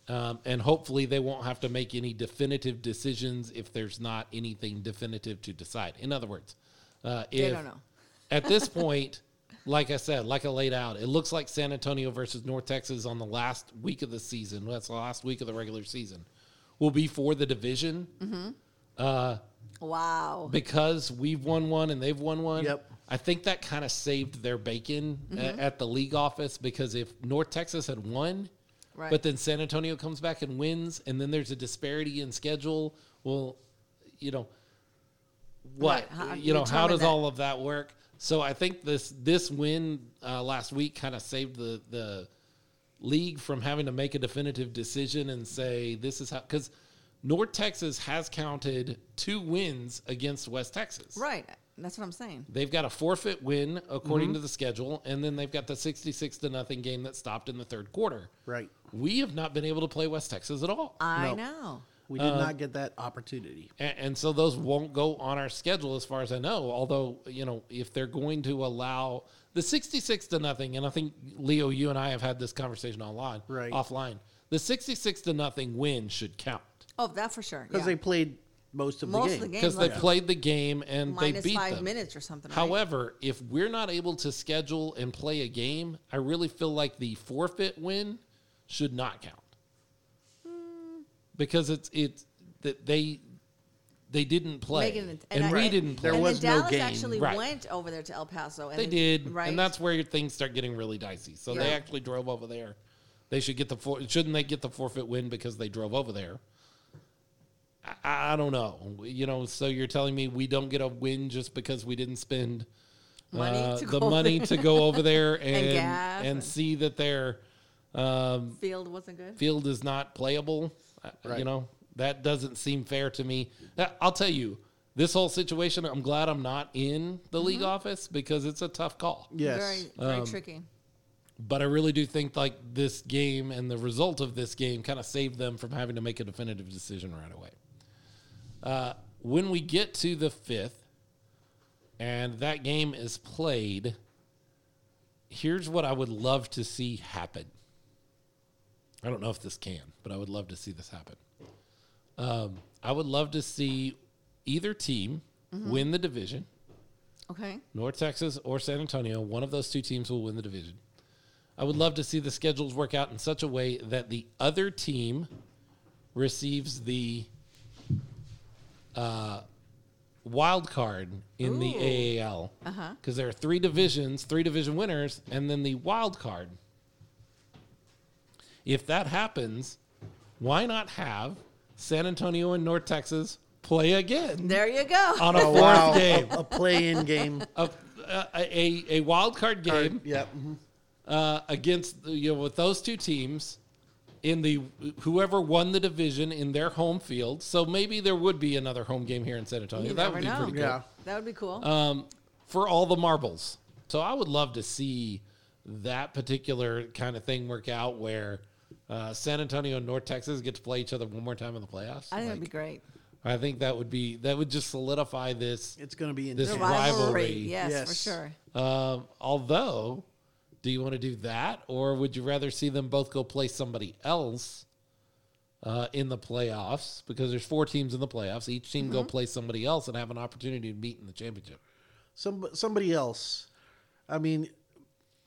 A: Um, and hopefully, they won't have to make any definitive decisions if there's not anything definitive to decide. In other words, uh, if,
C: don't know.
A: at this point, like I said, like I laid out, it looks like San Antonio versus North Texas on the last week of the season. That's the last week of the regular season. Will be for the division
C: Wow.
A: because we've won one and they've won one.
B: Yep.
A: I think that kind of saved their bacon a-
C: Mm-hmm.
A: at the league office because if North Texas had won,
C: Right.
A: but then San Antonio comes back and wins, and then there's a disparity in schedule. Well, you know what?
C: Right, how-
A: you know how
C: determine
A: does
C: that.
A: all of that work? So I think this this win uh, last week kind of saved the the league from having to make a definitive decision and say this is how because North Texas has counted two wins against West Texas.
C: Right. That's what I'm saying.
A: They've got a forfeit win according to the schedule, and then they've got the sixty-six to nothing game that stopped in the third quarter.
B: Right.
A: We have not been able to play West Texas at all.
C: I
B: No.
C: know.
B: We did not get that opportunity.
A: A- And, so those won't go on our schedule as far as I know. Although, you know, if they're going to allow the 66 to nothing, and I think Leo, you and I have had this conversation online,
B: Right.
A: offline, the 66 to nothing win should count
C: Oh, that for sure.
B: Because
C: yeah.
B: they played most of
C: Most
B: the game.
C: of the game.
A: because they
C: like
A: played the game and
C: minus
A: they beat
C: five
A: them.
C: minutes or something. right?
A: However, if we're not able to schedule and play a game, I really feel like the forfeit win should not count because it's it's that they they didn't play
C: Megan and,
A: and,
C: I-
A: we
C: and-
A: didn't play.
B: There
C: and
B: was
C: then
B: no
C: Dallas
B: game.
C: actually
A: Right.
C: went over there to El Paso. And
A: They
C: it-
A: did,
C: right?
A: and that's where things start getting really dicey. So they
C: Yeah.
A: actually drove over there. They should get the for, shouldn't they get the forfeit win because they drove over there? I, I don't know, you know. So you're telling me we don't get a win just because we didn't spend
C: Money
A: uh,
C: to
A: the
C: go over
A: money to go over there and and,
C: gas and-
A: see that their um,
C: field wasn't good.
A: field is not playable. I- You
B: Right.
A: know that doesn't seem fair to me. That- I'll tell you. This whole situation, I'm glad I'm not in the
C: Mm-hmm.
A: league office because it's a tough call
B: Yes.
C: Very,
A: Um,
C: very tricky.
A: but I really do think like this game and the result of this game kind of saved them from having to make a definitive decision right away. Uh, when we get to the fifth, and that game is played, here's what I would love to see happen. I don't know if this can, but I would love to see this happen. Um, I would love to see either team win the division.
C: Okay.
B: Mm-hmm.
A: North Texas or San Antonio, one of those two teams will win the division. I would love to see the schedules work out in such a way that the other team receives the uh, wild card in the AAL because there are three divisions, three division winners, and then the wild card. If that happens, why not have San Antonio and North Texas play again
C: There you go.
A: on a
B: Oh,
A: fourth
B: wow.
A: game?
B: A, a play-in game.
A: a, uh, a, a wild card game
B: Yep. mhm.
A: uh, against you know with those two teams in the whoever won the division in their home field. So maybe there would be another home game here in San Antonio.
C: You
A: that would be
C: never know.
A: pretty Um, cool
B: Yeah.
C: that would be cool.
A: for all the marbles. So I would love to see that particular kind of thing work out where uh, San Antonio and North Texas get to play each other one more time in the playoffs.
C: I think that'd
A: Like,
C: be great.
A: I think that would be that would just solidify this
B: It's going to be
A: This
B: intense.
C: The
A: rivalry.
C: rivalry. Yes, for
B: Yes.
C: sure.
A: Um, although, do you want to do that, or would you rather see them both go play somebody else uh, in the playoffs? Because there's four teams in the playoffs. Each team go play somebody else and have an opportunity to meet in the championship.
B: Some somebody else. I mean,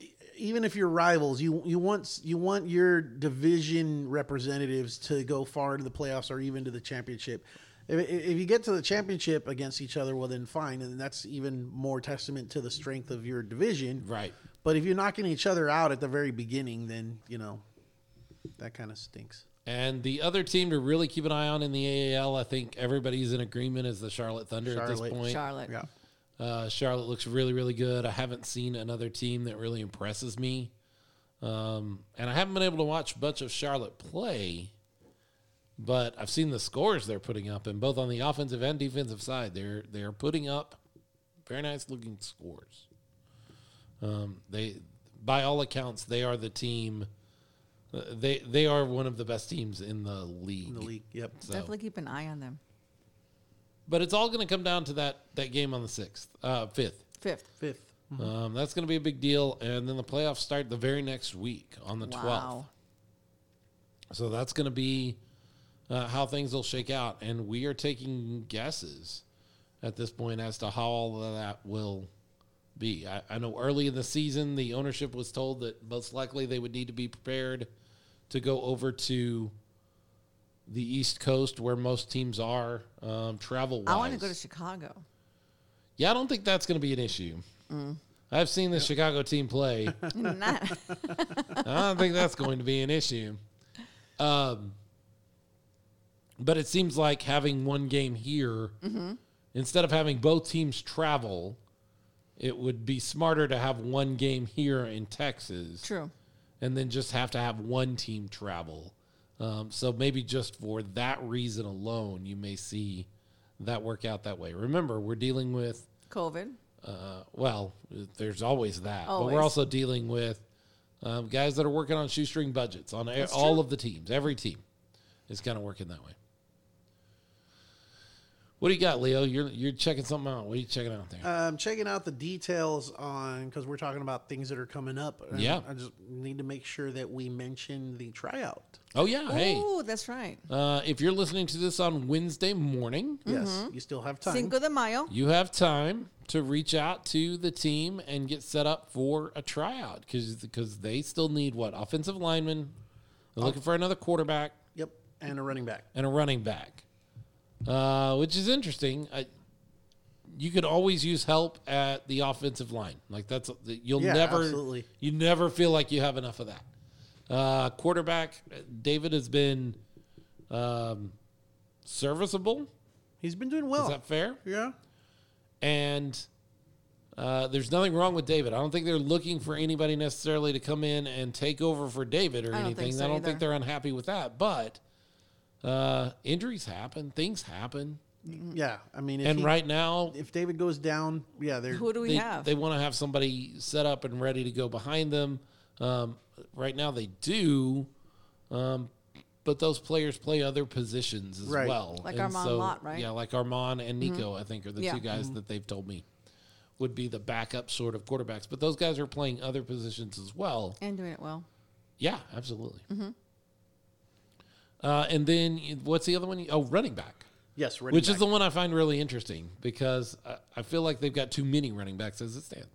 B: e, even if you're rivals, you you want you want your division representatives to go far into the playoffs or even to the championship. If, if you get to the championship against each other, well, then fine, and that's even more testament to the strength of your division.
A: Right.
B: But if you're knocking each other out at the very beginning, then you know that kind of stinks.
A: And the other team to really keep an eye on in the AAL, I think everybody's in agreement, is the Charlotte Thunder at this
B: Charlotte.
A: point.
C: Charlotte.
B: Yeah.
A: Uh, Charlotte looks really, really good. I haven't seen another team that really impresses me. Um, and I haven't been able to watch much of Charlotte play, but I've seen the scores they're putting up, and both on the offensive and defensive side, they're they're putting up very nice looking scores. Um, they, by all accounts, they are the team. uh, They they are one of the best teams in the league.
B: In the league. Yep.
A: So-
C: Definitely keep an eye on them.
A: but it's all going to come down to that that game on the sixth, uh, fifth.
C: Fifth.
B: Fifth.
A: Um, that's going to be a big deal. And then the playoffs start the very next week on the 12th.
C: Wow.
A: So that's going to be uh, how things will shake out. And we are taking guesses at this point as to how all of that will be. I, I know early in the season, the ownership was told that most likely they would need to be prepared to go over to the East Coast where most teams are um, travel wise.
C: I want to go to Chicago.
A: Yeah, I don't think that's going to be an issue. I've seen the Chicago team play.
C: Not-
A: I don't think that's going to be an issue. Um, but it seems like having one game here instead of having both teams travel, it would be smarter to have one game here in Texas
C: True.
A: and then just have to have one team travel. Um, so maybe just for that reason alone, you may see that work out that way. Remember, we're dealing with
C: COVID.
A: uh, well, there's always that, but
C: Always.
A: we're also dealing with um, guys that are working on shoestring budgets on a- all of the teams. Every team is kind of working that way. What do you got, Leo? You're you're checking something out. What are you checking out there?
B: Um, checking out the details on because we're talking about things that are coming up. and
A: Yeah.
B: I just need to make sure that we mention the tryout.
A: oh yeah, hey.
C: Oh, that's right.
A: Uh, if you're listening to this on Wednesday morning,
B: Yes, you still have time.
C: Cinco de Mayo.
A: you have time to reach out to the team and get set up for a tryout because they still need what offensive linemen. They're looking for another quarterback.
B: Yep, and a running back.
A: and a running back, uh, which is interesting. I, you could always use help at the offensive line. Like that's you'll
B: Yeah,
A: never
B: absolutely.
A: you never feel like you have enough of that. Uh, quarterback David has been um, serviceable.
B: He's been doing
A: Is
B: well.
A: that fair?
B: yeah.
A: and uh, there's nothing wrong with David. I don't think they're looking for anybody necessarily to come in and take over for David or
C: I don't
A: anything.
C: think so
A: I don't
C: either.
A: think they're unhappy with that, but uh, injuries happen, things happen,
B: Yeah. I mean, if,
A: and
B: he-
A: right now
B: if David goes down, yeah, they're
C: Who do we
A: they,
C: have?
A: they want to have somebody set up and ready to go behind them. Um, right now they do, um, but those players play other positions as
B: Right.
A: well.
C: Like
A: And
C: Armand Lott, right? Mm-hmm.
A: Yeah, like Armand and Nico, I think, are the
C: Yeah. Mm-hmm.
A: two guys that they've told me would be the backup sort of quarterbacks. But those guys are playing other positions as well.
C: and doing it well.
A: Yeah, absolutely.
C: Mm-hmm.
A: Uh, and then you- what's the other one? Oh, running back
B: yes, running
A: which
B: back.
A: is the one I find really interesting because I, I feel like they've got too many running backs as it stands.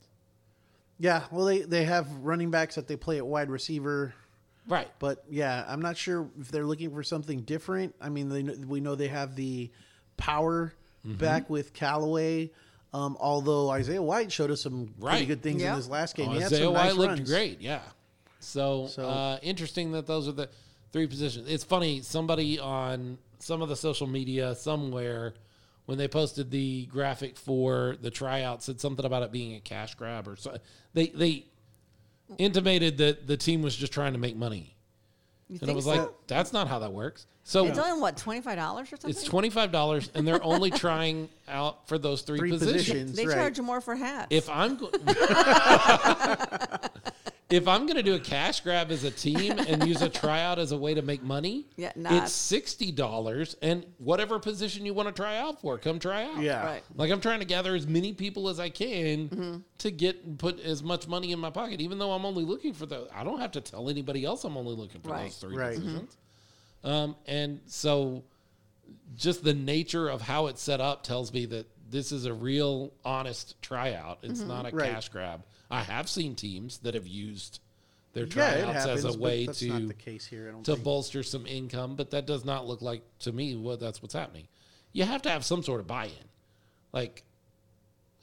B: yeah. Well, they they have running backs that they play at wide receiver.
A: Right.
B: But yeah, I'm not sure if they're looking for something different. I mean, they, kn- we know they have the power
A: Mm-hmm.
B: back with Callaway. Um, although Isaiah White showed us some pretty
A: Right.
B: good things
C: Yeah.
B: in his last game,
A: Oh,
B: he had
A: Isaiah
B: some nice
A: White looked
B: runs.
A: great. Yeah. So,
B: So-
A: uh, interesting that those are the three positions. It's funny. Somebody on some of the social media somewhere when they posted the graphic for the tryout said something about it being a cash grab or so. They they intimated that the team was just trying to make money,
C: You
A: and it
C: think
A: was
C: so?
A: like that's not how that works. So
C: it's only what twenty five dollars or something.
A: It's twenty five dollars, and they're only trying out for those three,
B: Three
A: positions.
B: positions,
C: they
B: right?
C: charge you more for hats.
A: If I'm go- if I'm going to do a cash grab as a team and use a tryout as a way to make money,
C: Yeah, not-
A: it's sixty dollars, and whatever position you want to try out for, come try out.
B: yeah,
C: right. Mm-hmm.
A: Like I'm trying to gather as many people as I can to get put as much money in my pocket, even though I'm only looking for those. I don't have to tell anybody else I'm only looking for
C: Right. Mm-hmm.
A: those three
B: Right.
A: positions. Um, and so, just the nature of how it's set up tells me that this is a real honest tryout. It's
C: Mm-hmm.
A: not a
B: Right.
A: cash grab. I have seen teams that have used their
B: Yeah, it
A: tryouts
B: happens.
A: as a
B: but
A: way
B: that's
A: to
B: not the case here. I don't
A: to
B: think.
A: bolster some income, but that does not look like to me what that's what's happening. You have to have some sort of buy-in. Like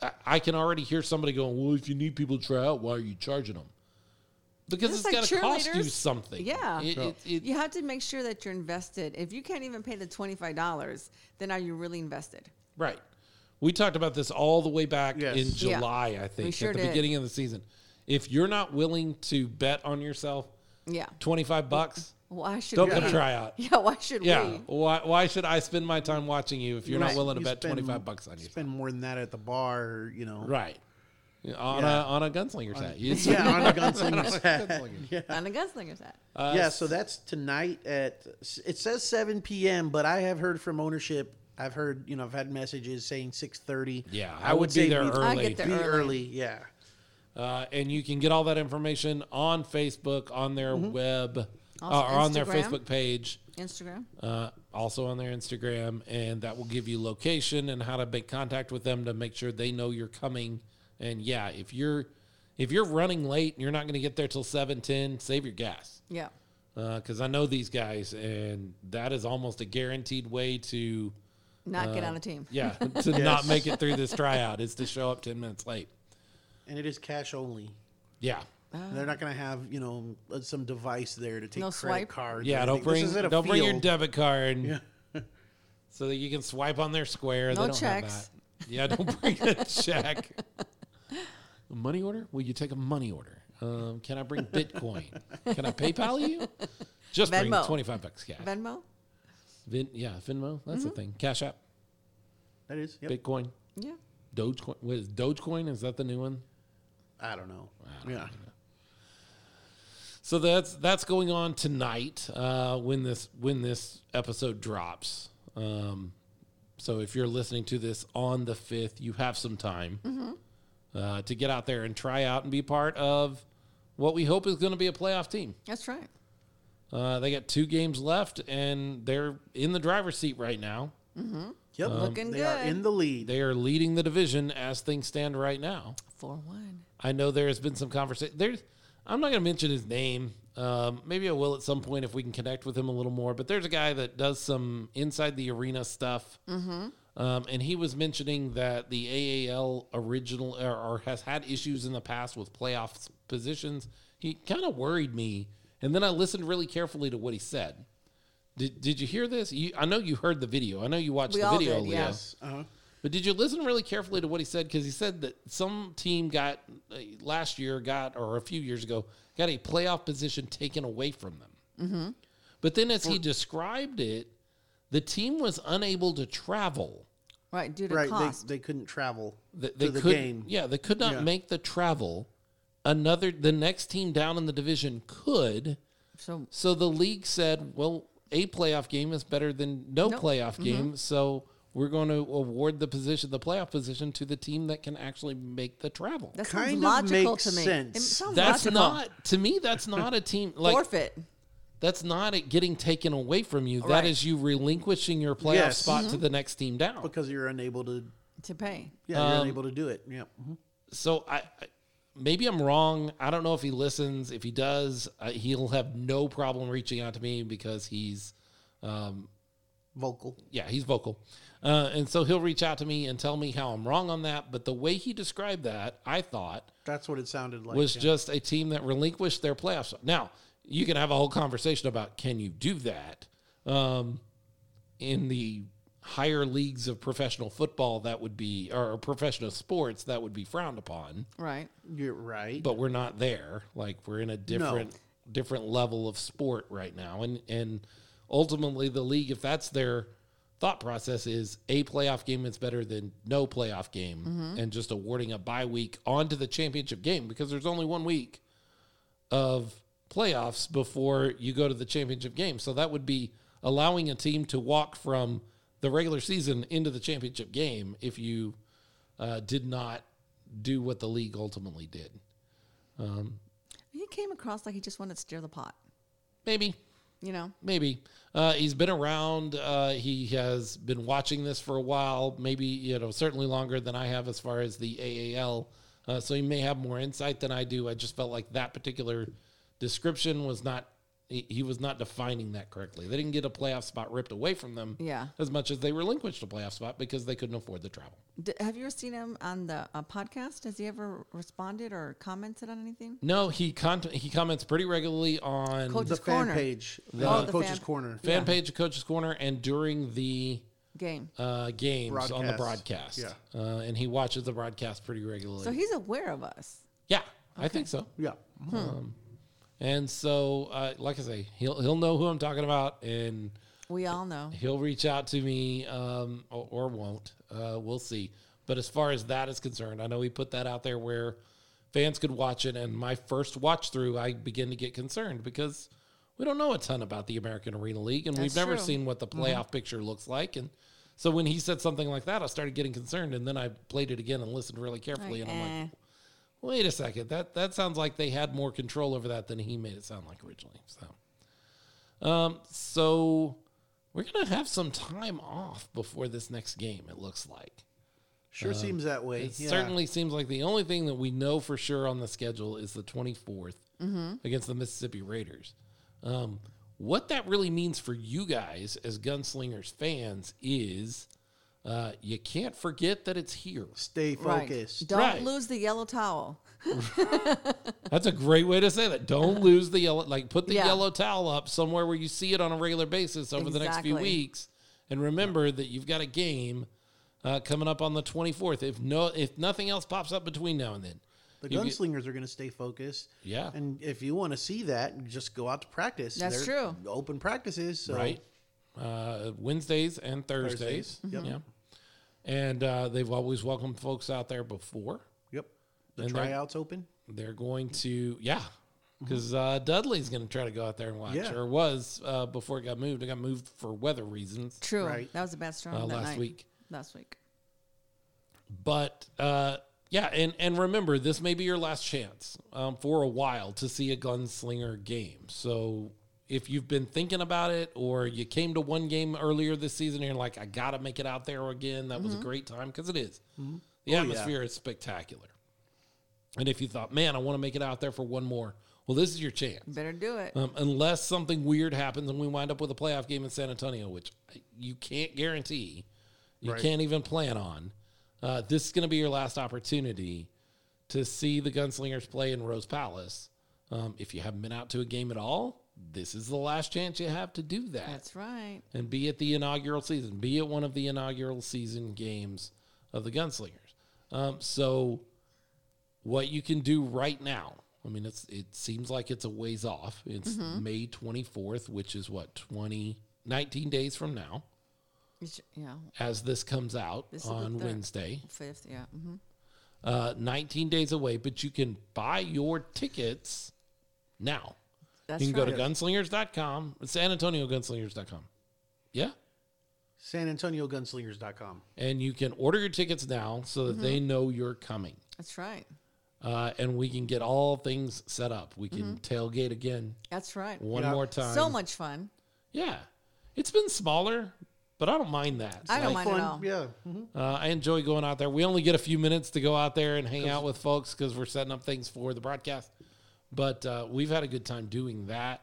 A: I, I can already hear somebody going, "Well, if you need people to try out, why are you charging them?" Because
C: Just
A: it's
C: like
A: got to cost you
C: cheerleaders.
A: something.
C: Yeah.
A: It- it- it-
C: You have to make sure that you're invested. If you can't even pay the $25, then are you really invested?
A: Right. We talked about this all the way back
B: Yes.
A: in
C: Yeah.
A: July, I think,
C: sure
A: at the
C: did.
A: beginning of the season. If you're not willing to bet on yourself,
C: Yeah.
A: 25 bucks,
C: Why should
A: don't
C: we?
A: come try out.
C: Yeah, why should
A: Yeah.
C: we?
A: Why, why should I spend my time watching you if you're not
C: Right.
A: willing to
B: You
A: bet
B: spend-
A: 25 bucks on yourself?
B: spend more than that at the bar, or, you know.
A: Right. On
B: Yeah.
A: a on a gunslinger set. You spend-
B: Yeah, on a gunslinger's hat. Yeah.
C: On the gunslinger's hat.
A: Uh,
B: yeah, so that's tonight at it says 7 p.m., but I have heard from ownership. I've heard, you know, I've had messages saying 6:30.
A: Yeah, I would be
B: say
A: there
B: be,
A: early.
C: I get
B: Be
C: there
B: early.
C: early.
B: yeah.
A: Uh, and you can get all that information on Facebook, on their web, uh,
C: Also
A: or on their
C: Instagram.
A: Facebook page.
C: Instagram.
A: uh, also on their Instagram, and that will give you location and how to make contact with them to make sure they know you're coming. And yeah, if you're if you're running late and you're not going to get there till seven ten, save your gas
C: Yeah.
A: because Uh, I know these guys, and that is almost a guaranteed way to
C: Not get on a team.
A: uh, yeah to not make it through this tryout is to show up ten minutes late.
B: And it is cash only.
A: Yeah,
B: They're not going to have, you know, uh, some device there to take
C: Ah. No
B: credit
C: swipe?
B: cards.
A: yeah.
B: or
A: Don't
B: anything. This
A: bring
B: is at a
A: don't bring your
B: field.
A: debit card. So that you can swipe on their square.
C: No
A: they don't
C: checks.
A: Have that. Yeah, don't bring a check. A money order? Will you take a money order? Um, can I bring Bitcoin? can I PayPal you? Just bring
C: Venmo.
A: twenty five bucks cash.
C: Venmo?
A: Vin, yeah, Venmo. That's
C: Mm-hmm.
A: the thing. Cash App,
B: That is. Yep.
A: Bitcoin,
C: Yeah.
A: Dogecoin. What is Dogecoin? Is that the new one?
B: I don't know. yeah.
A: So that's that's going on tonight uh, when this when this episode drops. Um, so if you're listening to this on the fifth, you have some time uh, to get out there and try out and be part of what we hope is going to be a playoff team.
C: That's right.
A: Uh, they got two games left, and they're in the driver's seat right now.
B: Yep.
C: Looking
B: they are
C: good.
B: in the lead.
A: Um, They are leading the division as things stand right now.
C: 4 1.
A: I know there has been some conversation. There's, I'm not going to mention his name. Um, maybe I will at some point if we can connect with him a little more. But there's a guy that does some inside the arena stuff, mm-hmm. um, and he was mentioning that the AAL original or, or has had issues in the past with playoff s- positions. He kind of worried me, and then I listened really carefully to what he said. Did, did you hear this? You, I know you heard the video. I know you watched
C: We
A: the
C: all
A: video,
C: did,
A: Leo.
C: yeah.
B: Uh-huh.
A: But did you listen really carefully to what he said? Because he said that some team got uh, last year got or a few years ago got a playoff position taken away from them. Mm-hmm. But then, as he described it, the team was unable to travel.
C: Right. Due to
B: Right.
C: cost.
B: They, they couldn't travel
A: They, they
B: to the
A: could,
B: game.
A: yeah, they could not
B: Yeah.
A: make the travel. Another, the next team down in the division could.
C: so,
A: So the league said, well, a playoff game is better than no playoff
C: Mm-hmm.
A: game. So we're going to award the position, the playoff position, to the team that can actually make the travel.
C: that sounds
B: Kind of
C: logical
B: makes
C: to me. It
B: sense.
C: sounds
A: That's
C: logical.
A: not, to me, that's not a team. Like,
C: Forfeit.
A: that's not it getting taken away from you. That
C: Right. Mm-hmm.
A: is you relinquishing your playoff
B: Yes.
A: spot to the next team down.
B: because you're unable to.
C: To pay.
B: Yeah,
A: Um,
B: you're unable to do it. Yeah.
C: Mm-hmm.
B: Mhm.
A: so I, I maybe I'm wrong. I don't know if he listens. If he does, uh, he'll have no problem reaching out to me because he's
B: Vocal.
A: yeah, he's vocal. Uh, and so he'll reach out to me and tell me how I'm wrong on that. But the way he described that, I thought,
B: That's what it sounded like.
A: was
B: yeah.
A: just a team that relinquished their playoffs. Now, you can have a whole conversation about can you do that? Um, in the higher leagues of professional football, that would be, or professional sports, that would be frowned upon.
C: Right.
B: You're right.
A: But we're not there. Like, we're in a different. different level of sport right now and and ultimately the league if that's their thought process is a playoff game is better than no playoff game and just awarding a bye week onto the championship game because there's only one week of playoffs before you go to the championship game so that would be allowing a team to walk from the regular season into the championship game if you uh, did not do what the league ultimately did
C: He came across like he just wanted to stir the pot.
A: maybe
C: you know?
A: Maybe. Uh, he's been around. Uh, he has been watching this for a while, maybe, you know, certainly longer than I have as far as the AAL. Uh, so he may have more insight than I do. I just felt like that particular description was not, he, he was not defining that correctly. They didn't get a playoff spot ripped away from them
C: Yeah.
A: as much as they relinquished a playoff spot because they couldn't afford the travel.
C: D- have you ever seen him on the uh, podcast? Has he ever responded or commented on anything?
A: No, he con- he comments pretty regularly on
C: Coach-
B: The
C: Coach's
B: fan
C: Corner.
B: page, the
C: Oh, the
B: coach's
C: fan-
B: corner.
A: fan page of Coach's Corner and during the
C: Game.
A: uh, games on the broadcast.
B: Broadcast.
A: Yeah. Uh, and he watches the broadcast pretty regularly.
C: So he's aware of us.
A: yeah, I think so.
B: Yeah,
A: And so, uh, like I say, he'll he'll know who I'm talking about, and
C: We all know.
A: he'll reach out to me um, or, or won't. Uh, we'll see. But as far as that is concerned, I know he put that out there where fans could watch it. And my first watch through, I begin to get concerned because we don't know a ton about the American Arena League, and
C: That's
A: we've never
C: true. Mm-hmm.
A: seen what the playoff picture looks like. And so when he said something like that, I started getting concerned. And then I played it again and listened really carefully,
C: Like,
A: and I'm
C: eh.
A: like, wait a second, that that sounds like they had more control over that than he made it sound like originally. So. So we're gonna have some time off before this next game. It looks like.
B: sure seems that way.
A: It
B: yeah.
A: Uh, certainly seems like the only thing that we know for sure on the schedule is the 24th against the Mississippi Raiders. Um, what that really means for you guys as Gunslingers fans is uh, you can't forget that it's here.
B: stay
C: Right.
B: focused.
C: Don't
A: Right.
C: lose the yellow towel.
A: That's a great way to say that. Don't lose the yellow, like put the
C: Yeah.
A: yellow towel up somewhere where you see it on a regular basis over the next few
C: Exactly.
A: weeks, and remember that you've got a game uh, coming up on the 24th. If no, if nothing else pops up between now and then,
B: The
A: You get-
B: gunslingers are going to stay focused.
A: Yeah.
B: and if you want to see that, just go out to practice.
C: That's
B: They're
C: true.
B: Open practices, so
A: right? Uh, Wednesdays and Thursdays,
B: Thursdays, yep.
A: yeah. And uh, they've always welcomed folks out there before.
B: Yep, the
A: And they're-
B: tryouts open.
A: They're going to, yeah, because uh, Dudley's going to try to go out there and watch,
B: Mm-hmm. Yeah.
A: or was uh, before it got moved. It got moved for weather reasons.
C: True.
B: Right.
C: That was a bad storm
A: Uh,
C: that
A: last
C: night.
A: week.
C: Last week.
A: but uh, yeah, and and remember, this may be your last chance um, for a while to see a gunslinger game. So if you've been thinking about it, or you came to one game earlier this season, and you're like, I gotta make it out there again. That was a great time because it is. The atmosphere is spectacular. And if you thought, man, I want to make it out there for one more, well, this is your chance.
C: Better do it.
A: Um, unless something weird happens and we wind up with a playoff game in San Antonio, which you can't guarantee, you can't even plan on. Uh, this is going to be your last opportunity to see the Gunslingers play in Rose Palace. Um, if you haven't been out to a game at all, this is the last chance you have to do that
C: That's right.
A: and be at the inaugural season, be at one of the inaugural season games of the Gunslingers. Um, so, what you can do right now, I mean, it's it seems like it's a ways off. It's
C: Mm-hmm.
A: May 24th, which is what 20, 19 days from now,
C: You should- yeah.
A: as this comes out
C: This is the
A: on
C: third.
A: Wednesday.
C: Fifth. Yeah. hmm
A: Uh, 19 days away, but you can buy your tickets now.
C: That's
A: you can go
C: right.
A: to gunslingers.com, San Antonio gunslingers.com. Yeah?
B: San Antonio Gunslingers.com.
A: and you can order your tickets now so that they
C: Mm-hmm.
A: know you're coming
C: That's right.
A: uh, and we can get all things set up we can tailgate again
C: That's right.
A: one
B: Yeah.
A: more time
C: Mm-hmm. So much fun.
A: yeah it's been smaller but i don't mind that
C: I don't mind
B: Fun,
C: at all.
B: yeah. Mhm.
A: uh, i enjoy going out there we only get a few minutes to go out there and hang out with folks because we're setting up things for the broadcast but uh, we've had a good time doing that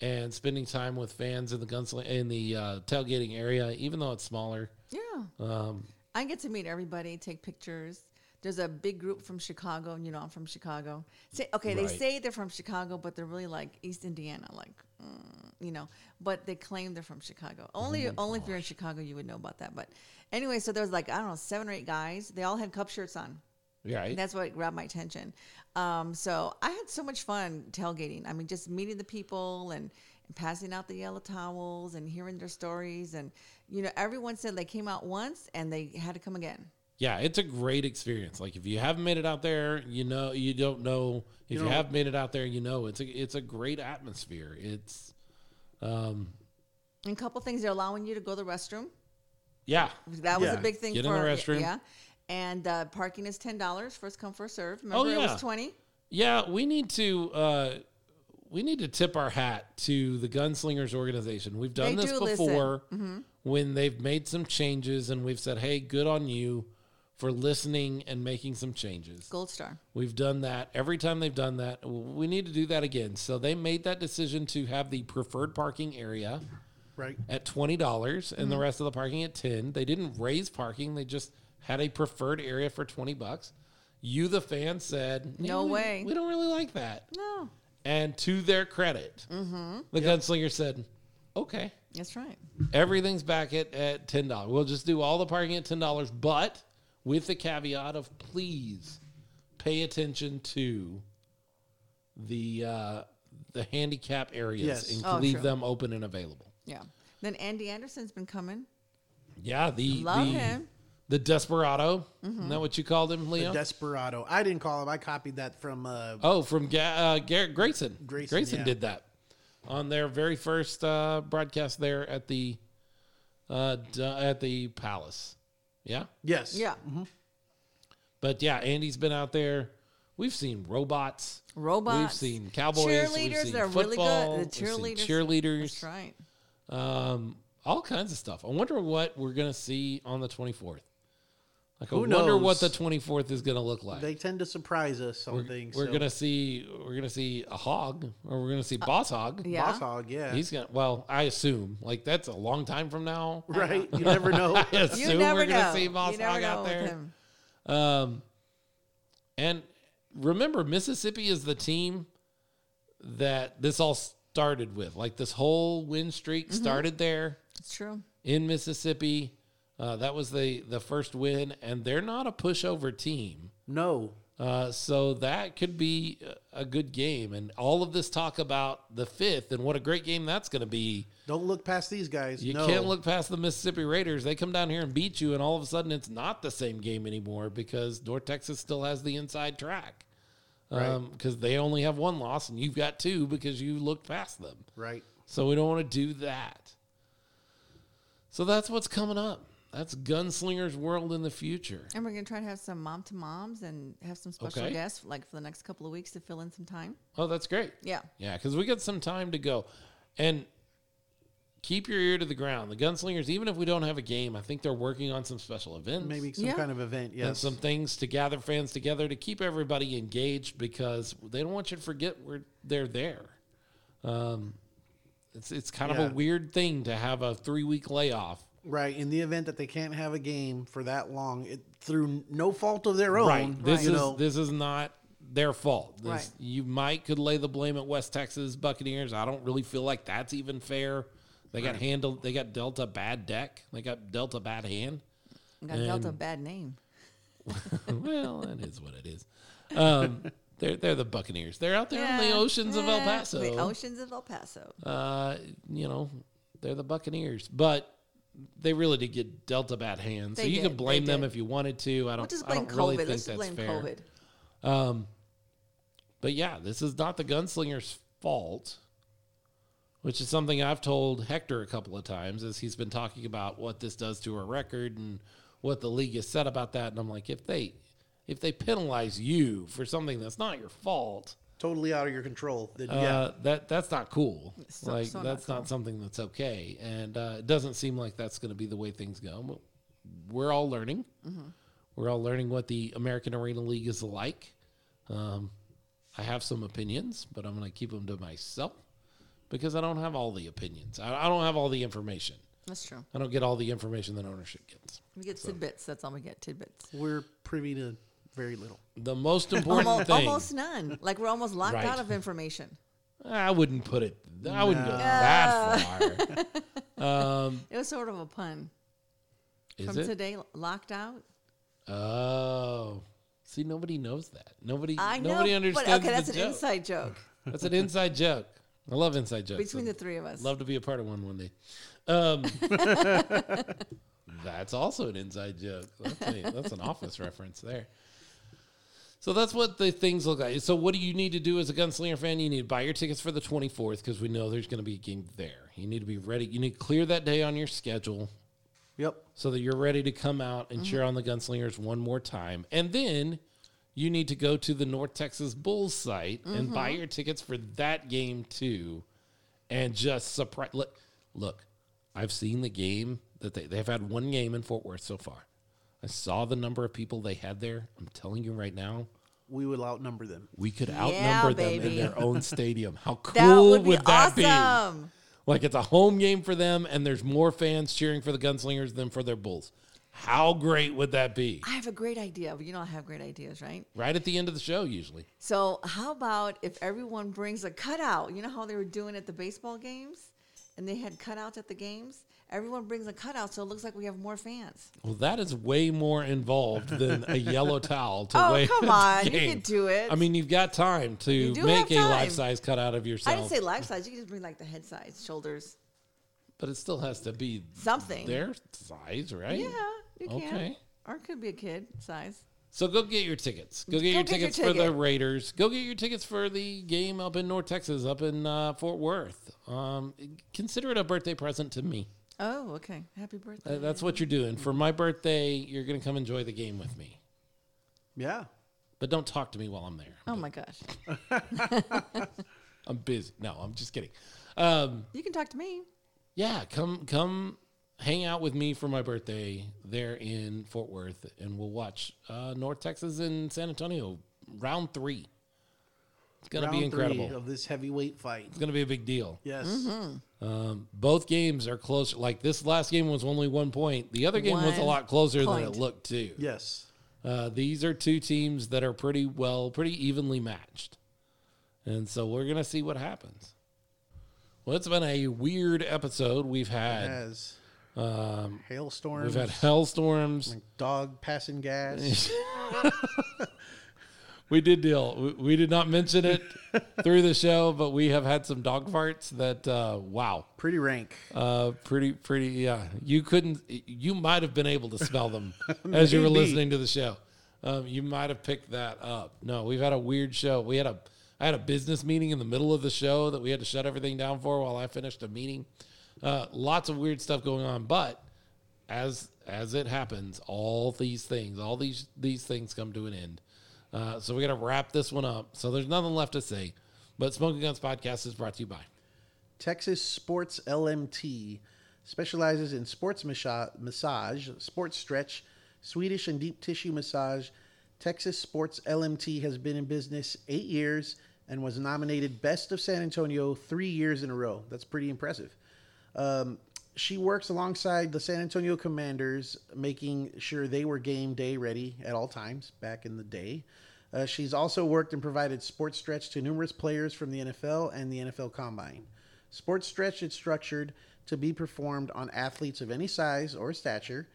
A: and spending time with fans in the gunsling in the uh, tailgating area even though it's smaller
C: Yeah. I get to meet everybody, take pictures. There's a big group from Chicago, and you know I'm from Chicago. Say, okay, they
A: Right.
C: say they're from Chicago, but they're really like East Indiana, like mm, you know. But they claim they're from Chicago. Only, only if you're in Chicago, you would know about that. But anyway, so there was like I don't know, seven or eight guys. They all had cup shirts on.
A: right
C: And that's what grabbed my attention. Um, so I had so much fun tailgating. I mean, just meeting the people and, and passing out the yellow towels and hearing their stories. And, you know, everyone said they came out once and they had to come again.
A: Yeah, it's a great experience. Like if you haven't made it out there, you know you don't know. If you,
B: know-
A: have made it out there, you know it's a it's a great atmosphere. It's
C: And a couple things, they're allowing you to go to the restroom.
A: yeah,
C: That was
B: Yeah.
C: a big thing
A: Get in
C: for
A: the restroom.
C: Yeah. And uh, parking
A: Oh,
C: is $10, first come, first serve. Remember, it
A: yeah.
C: was 20
A: yeah. We need to. uh we need to tip our hat to the Gunslingers organization. We've done
C: They
A: this
C: do listen. Mm-hmm.
A: before when they've made some changes and we've said, "Hey, good on you for listening and making some changes."
C: Gold star.
A: We've done that every time they've done that. We need to do that again. So they made that decision to have the preferred parking area
B: right?
A: at twenty dollars and
C: Mm-hmm.
A: the rest of the parking at ten. They didn't raise parking; they just had a preferred area for twenty bucks. You, the fan, said,
C: No
A: "Yeah, we-
C: way."
A: we don't really like that."
C: No, Mm-hmm.
A: And to their credit, the gunslinger said, "Okay,
C: that's right.
A: everything's back at at ten dollars. We'll just do all the parking at ten dollars, but with the caveat of please pay attention to the uh, the handicap areas
B: Yes.
A: and
C: Oh,
A: leave
C: true.
A: them open and available."
C: Yeah. Then Andy Anderson's been coming.
A: Yeah, the
C: Love
A: the,
C: him. Mm-hmm.
A: the desperado. Isn't that what you called him, Leo?
B: Desperado. I didn't call him. I copied that from uh,
A: oh, from Ga- uh, Garrett Grayson.
B: Grayson, yeah.
A: did that on their very first uh, broadcast there at the uh, d- at the Palace. Yeah,
B: yes,
C: Yeah.
A: Mm-hmm. but yeah, Andy's been out there. We've seen robots. We've
C: Robots.
A: seen cowboys.
C: Cheerleaders,
A: We've seen
C: they're really good.
A: football,
C: The
A: we've seen
C: cheerleaders-
A: cheerleaders.
C: That's right.
A: um, all kinds of stuff. I wonder what we're gonna see on the twenty fourth. Like, I
B: Who
A: wonder what
B: knows?
A: the twenty fourth is gonna look like.
B: They tend to surprise us on things.
A: We're
B: so-
A: gonna see. We're gonna see a hog, or we're gonna see Boss Hog.
C: Uh, Yeah.
B: boss hog. Yeah,
A: He's gonna. Well, I assume like that's a long time from now.
B: right. You never know.
A: I
C: You
A: assume
C: never
A: we're gonna
C: know.
A: see Boss
C: you never
A: Hog
C: know
A: out
C: with
A: there.
C: him.
A: Um, and remember, Mississippi is the team that this all started with. Like this whole win streak
C: Mm-hmm.
A: started there
C: It's true.
A: in Mississippi. Uh, that was the the first win, and they're not a pushover team.
B: no,
A: Uh, so that could be a a good game. And all of this talk about the fifth and what a great game that's going to be.
B: don't look past these guys.
A: You
B: no.
A: can't look past the Mississippi Raiders. They come down here and beat you, and all of a sudden it's not the same game anymore because North Texas still has the inside track. Because they only have one loss and you've got two because you looked past them.
B: right.
A: So we don't want to do that. So that's what's coming up. That's Gunslinger's World in the future.
C: And we're going to try to have some mom to moms and have some special
A: Okay.
C: guests like for the next couple of weeks to fill in some time.
A: Oh, that's great.
C: Yeah.
A: Yeah, because we got some time to go. And keep your ear to the ground. The Gunslingers, even if we don't have a game, I think they're working on some special events.
B: Maybe some
C: Yeah.
B: kind of event.
A: And
B: Yes.
A: some things to gather fans together to keep everybody engaged because they don't want you to forget we're, they're there. Um, it's, it's kind
B: Yeah.
A: of a weird thing to have a three week layoff.
B: Right. In the event that they can't have a game for that long, it, through no fault of their own,
A: This
B: you
A: is
B: know,
A: this is not their fault. This,
C: Right.
A: You might could lay the blame at West Texas Buccaneers. I don't really feel like that's even fair. They got handled. They got dealt a bad deck. They got dealt a bad hand.
C: We Got dealt a bad name.
A: well, that is what it is. Um, they're they're the Buccaneers. They're out there on the
C: Yeah.
A: oceans of El
C: Yeah.
A: Paso.
C: The oceans of El Paso.
A: uh, you know, they're the Buccaneers, but. They really did get dealt a bad hand, so
C: They
A: you
C: did.
A: could
C: They
A: blame them
C: did.
A: if you wanted to. I don't.
C: We'll just
A: I
C: blame
A: don't
C: COVID.
A: really think
C: Let's just
A: that's
C: blame
A: fair.
C: COVID.
A: But yeah, this is not the gunslinger's fault, which is something I've told Hector a couple of times as he's been talking about what this does to our record and what the league has said about that. And I'm like, if they if they penalize you for something that's not your fault,
B: totally out of your control. Then, yeah.
A: uh, that that's not cool.
C: So-
A: like
C: so not
A: that's not, something that's okay, and uh, it doesn't seem like that's going to be the way things go. But we're all learning.
C: Mm-hmm.
A: We're all learning what the American Arena League is like. Um, I have some opinions, but I'm going to keep them to myself because I don't have all the opinions. I, I don't have all the information.
C: That's true.
A: I don't get all the information that ownership gets.
C: We get tidbits. That's all we get. Tidbits.
B: We're privy to very little.
A: The most important
C: Almost,
A: thing.
C: almost none. Like we're almost locked
A: Right.
C: out of information.
A: I wouldn't put it. I wouldn't go that far.
C: It was sort of a pun
A: Is
C: from
A: it?
C: today. Locked out.
A: Oh, see, nobody knows that. Nobody,
C: I know.
A: nobody
C: but
A: understands.
C: okay, that's
A: the
C: an
A: joke.
C: inside joke
A: That's an inside joke. I love inside jokes.
C: between the
A: I'd
C: three of us.
A: love to be a part of one one day. Um, that's also an inside joke. That's, a, that's an office reference there. So that's what the things look like. So what do you need to do as a gunslinger fan? You need to buy your tickets for the 24th because we know there's going to be a game there. You need to be ready. You need to clear that day on your schedule
B: Yep.
C: Mm-hmm.
A: so that you're ready to come out and cheer on the gunslingers one more time and then you need to go to the North Texas Bulls site and
C: Mm-hmm.
A: buy your tickets for that game too, and just surprise. Look, look, I've seen the game that they they've had one game in Fort Worth so far. I saw the number of people they had there. I'm telling you right now,
B: We will outnumber them.
A: we could
C: Yeah,
A: outnumber them in
C: baby.
A: their own stadium. How cool
C: That would be
A: that
C: awesome.
A: be? Like it's a home game for them, and there's more fans cheering for the Gunslingers than for their Bulls. How great would that be?
C: I have a great idea. You know, I have great ideas, right?
A: Right at the end of the show, usually.
C: So, how about if everyone brings a cutout? You know how they were doing at the baseball games, and they had cutouts at the games. Everyone brings a cutout, so it looks like we have more fans.
A: Well, that is way more involved than a yellow towel to
C: Oh,
A: wave
C: come
A: at the
C: on. You
A: game.
C: can do it.
A: I mean, you've got time to
C: do
A: make
C: have
A: a
C: time.
A: life size cutout of yourself.
C: I didn't say life size. You can just bring like the head size, shoulders,
A: but it still has to be
C: something.
A: their size, right?
C: Yeah, you can.
A: Okay.
C: Or it could be a kid size.
A: So go get your tickets. Go get
C: Go
A: your
C: get your
A: tickets for the
C: ticket.
A: Raiders. Go get your tickets for the game up in North Texas, up in uh, Fort Worth. Um, consider it a birthday present to me.
C: Oh, okay. Happy birthday.
A: Uh, that's what you're doing. For my birthday, you're going to come enjoy the game with me.
B: Yeah.
A: But don't talk to me while I'm there.
C: oh my gosh.
A: I'm busy. No, I'm just kidding. Um,
C: You can talk to me.
A: yeah, come come hang out with me for my birthday there in Fort Worth, and we'll watch uh, North Texas and San Antonio round three. It's gonna be
B: Round three
A: incredible.
B: of this heavyweight fight.
A: It's gonna be a big deal.
B: Yes.
A: Both games are close. Like this last game was only one point. The other game was a
C: One
A: lot closer than
C: point.
A: it looked too.
B: Yes.
A: Uh, these are two teams that are pretty well, pretty evenly matched. And so we're going to see what happens. Well, it's been a weird episode we've had.
B: As um, hailstorms,
A: We've had hellstorms.
B: dog passing gas.
A: We did deal. We, we did not mention it through the show, but we have had some dog farts that, uh, wow,
B: Pretty rank.
A: uh, pretty, pretty, yeah. You couldn't, you might have been able to smell them as you were
B: Maybe.
A: listening to the show. Um, you might have picked that up. No, we've had a weird show. We had a, I had a business meeting in the middle of the show that we had to shut everything down for while I finished a meeting. Uh, lots of weird stuff going on, but as as it happens, all these things, all these these things come to an end. Uh, so we got to wrap this one up. So there's nothing left to say. But Smoking Guns Podcast is brought to you by.
B: Texas Sports LMT specializes in sports masha- massage, sports stretch, Swedish and deep tissue massage. Texas Sports LMT has been in business eight years and was nominated Best of San Antonio three years in a row. That's pretty impressive. Um, she works alongside the San Antonio Commanders, making sure they were game day ready at all times back in the day. Uh, she's also worked and provided sports stretch to numerous players from the NFL and the NFL Combine. Sports stretch is structured to be performed on athletes of any size or stature.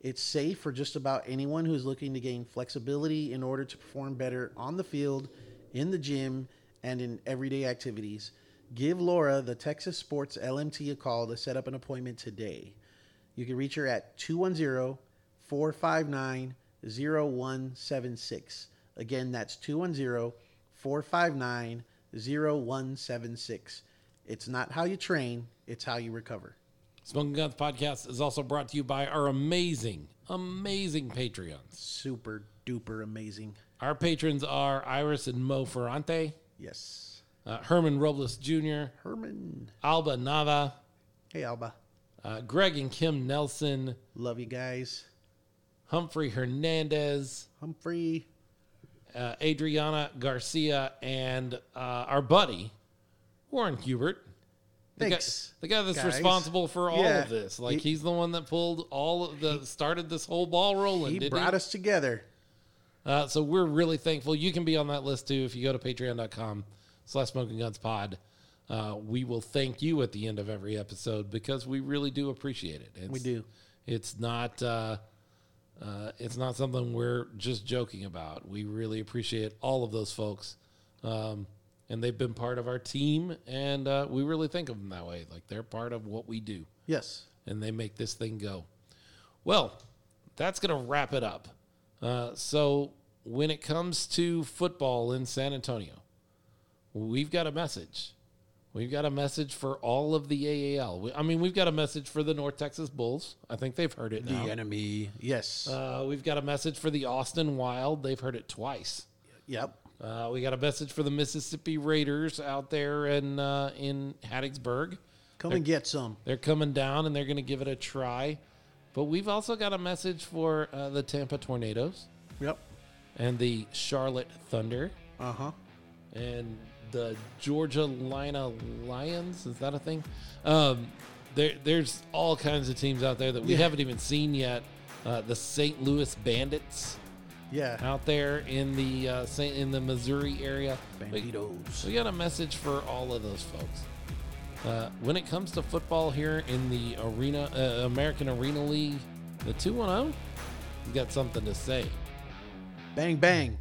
B: It's safe for just about anyone who's looking to gain flexibility in order to perform better on the field, in the gym, and in everyday activities. Give Laura, the Texas Sports LMT, a call to set up an appointment today. You can reach her at 210 459 0176. Again, that's 210 459 0176. It's not how you train, it's how you recover.
A: Smoking Guns Podcast is also brought to you by our amazing, amazing Patreons.
B: Super duper amazing.
A: Our patrons are Iris and Mo Ferrante,
B: Yes.
A: uh, Herman Robles Jr.,
B: Herman.
A: Alba Nava,
B: Hey, Alba.
A: uh, Greg and Kim Nelson,
B: Love you guys.
A: Humphrey Hernandez,
B: Humphrey.
A: uh, Adriana Garcia, and uh, our buddy, Warren Hubert. The guy,
B: Thanks.
A: the guy that's
B: guys.
A: responsible for all
B: Yeah.
A: of this. Like,
B: He-
A: he's the one that pulled all of the, started this whole ball rolling.
B: He
A: didn't
B: brought us together.
A: Uh, so we're really thankful. You can be on that list too if you go to patreon.com slash smoking guns pod. Uh, we will thank you at the end of every episode because we really do appreciate it. It's,
B: We do.
A: It's not uh, uh, it's not something we're just joking about. We really appreciate all of those folks, um, and they've been part of our team, and uh, we really think of them that way. Like they're part of what we do
B: Yes.
A: and they make this thing go. Well, that's going to wrap it up. Uh, so, when it comes to football in San Antonio, we've got a message. We've got a message for all of the AAL. We, I mean, we've got a message for the North Texas Bulls. I think they've heard it now.
B: The enemy. Yes.
A: Uh, we've got a message for the Austin Wild. They've heard it twice.
B: yep.
A: Uh, we got a message for the Mississippi Raiders out there in uh, in Hattiesburg.
B: Come and get some.
A: They're coming down and they're going to give it a try. But we've also got a message for uh, the Tampa Tornadoes
B: Yep.
A: and the Charlotte Thunder
B: Uh huh.
A: and the Georgia Lina Lions. Is that a thing? Um, there, there's all kinds of teams out there that we haven't even seen yet. Uh, the St. Louis Bandits
B: Yeah.
A: out there in the uh, Saint, in the Missouri area. We-
B: Banditos.
A: we got a message for all of those folks. Uh, when it comes to football here in the arena, uh, American oh, Arena League, the 210, you got something to say.
B: Bang bang.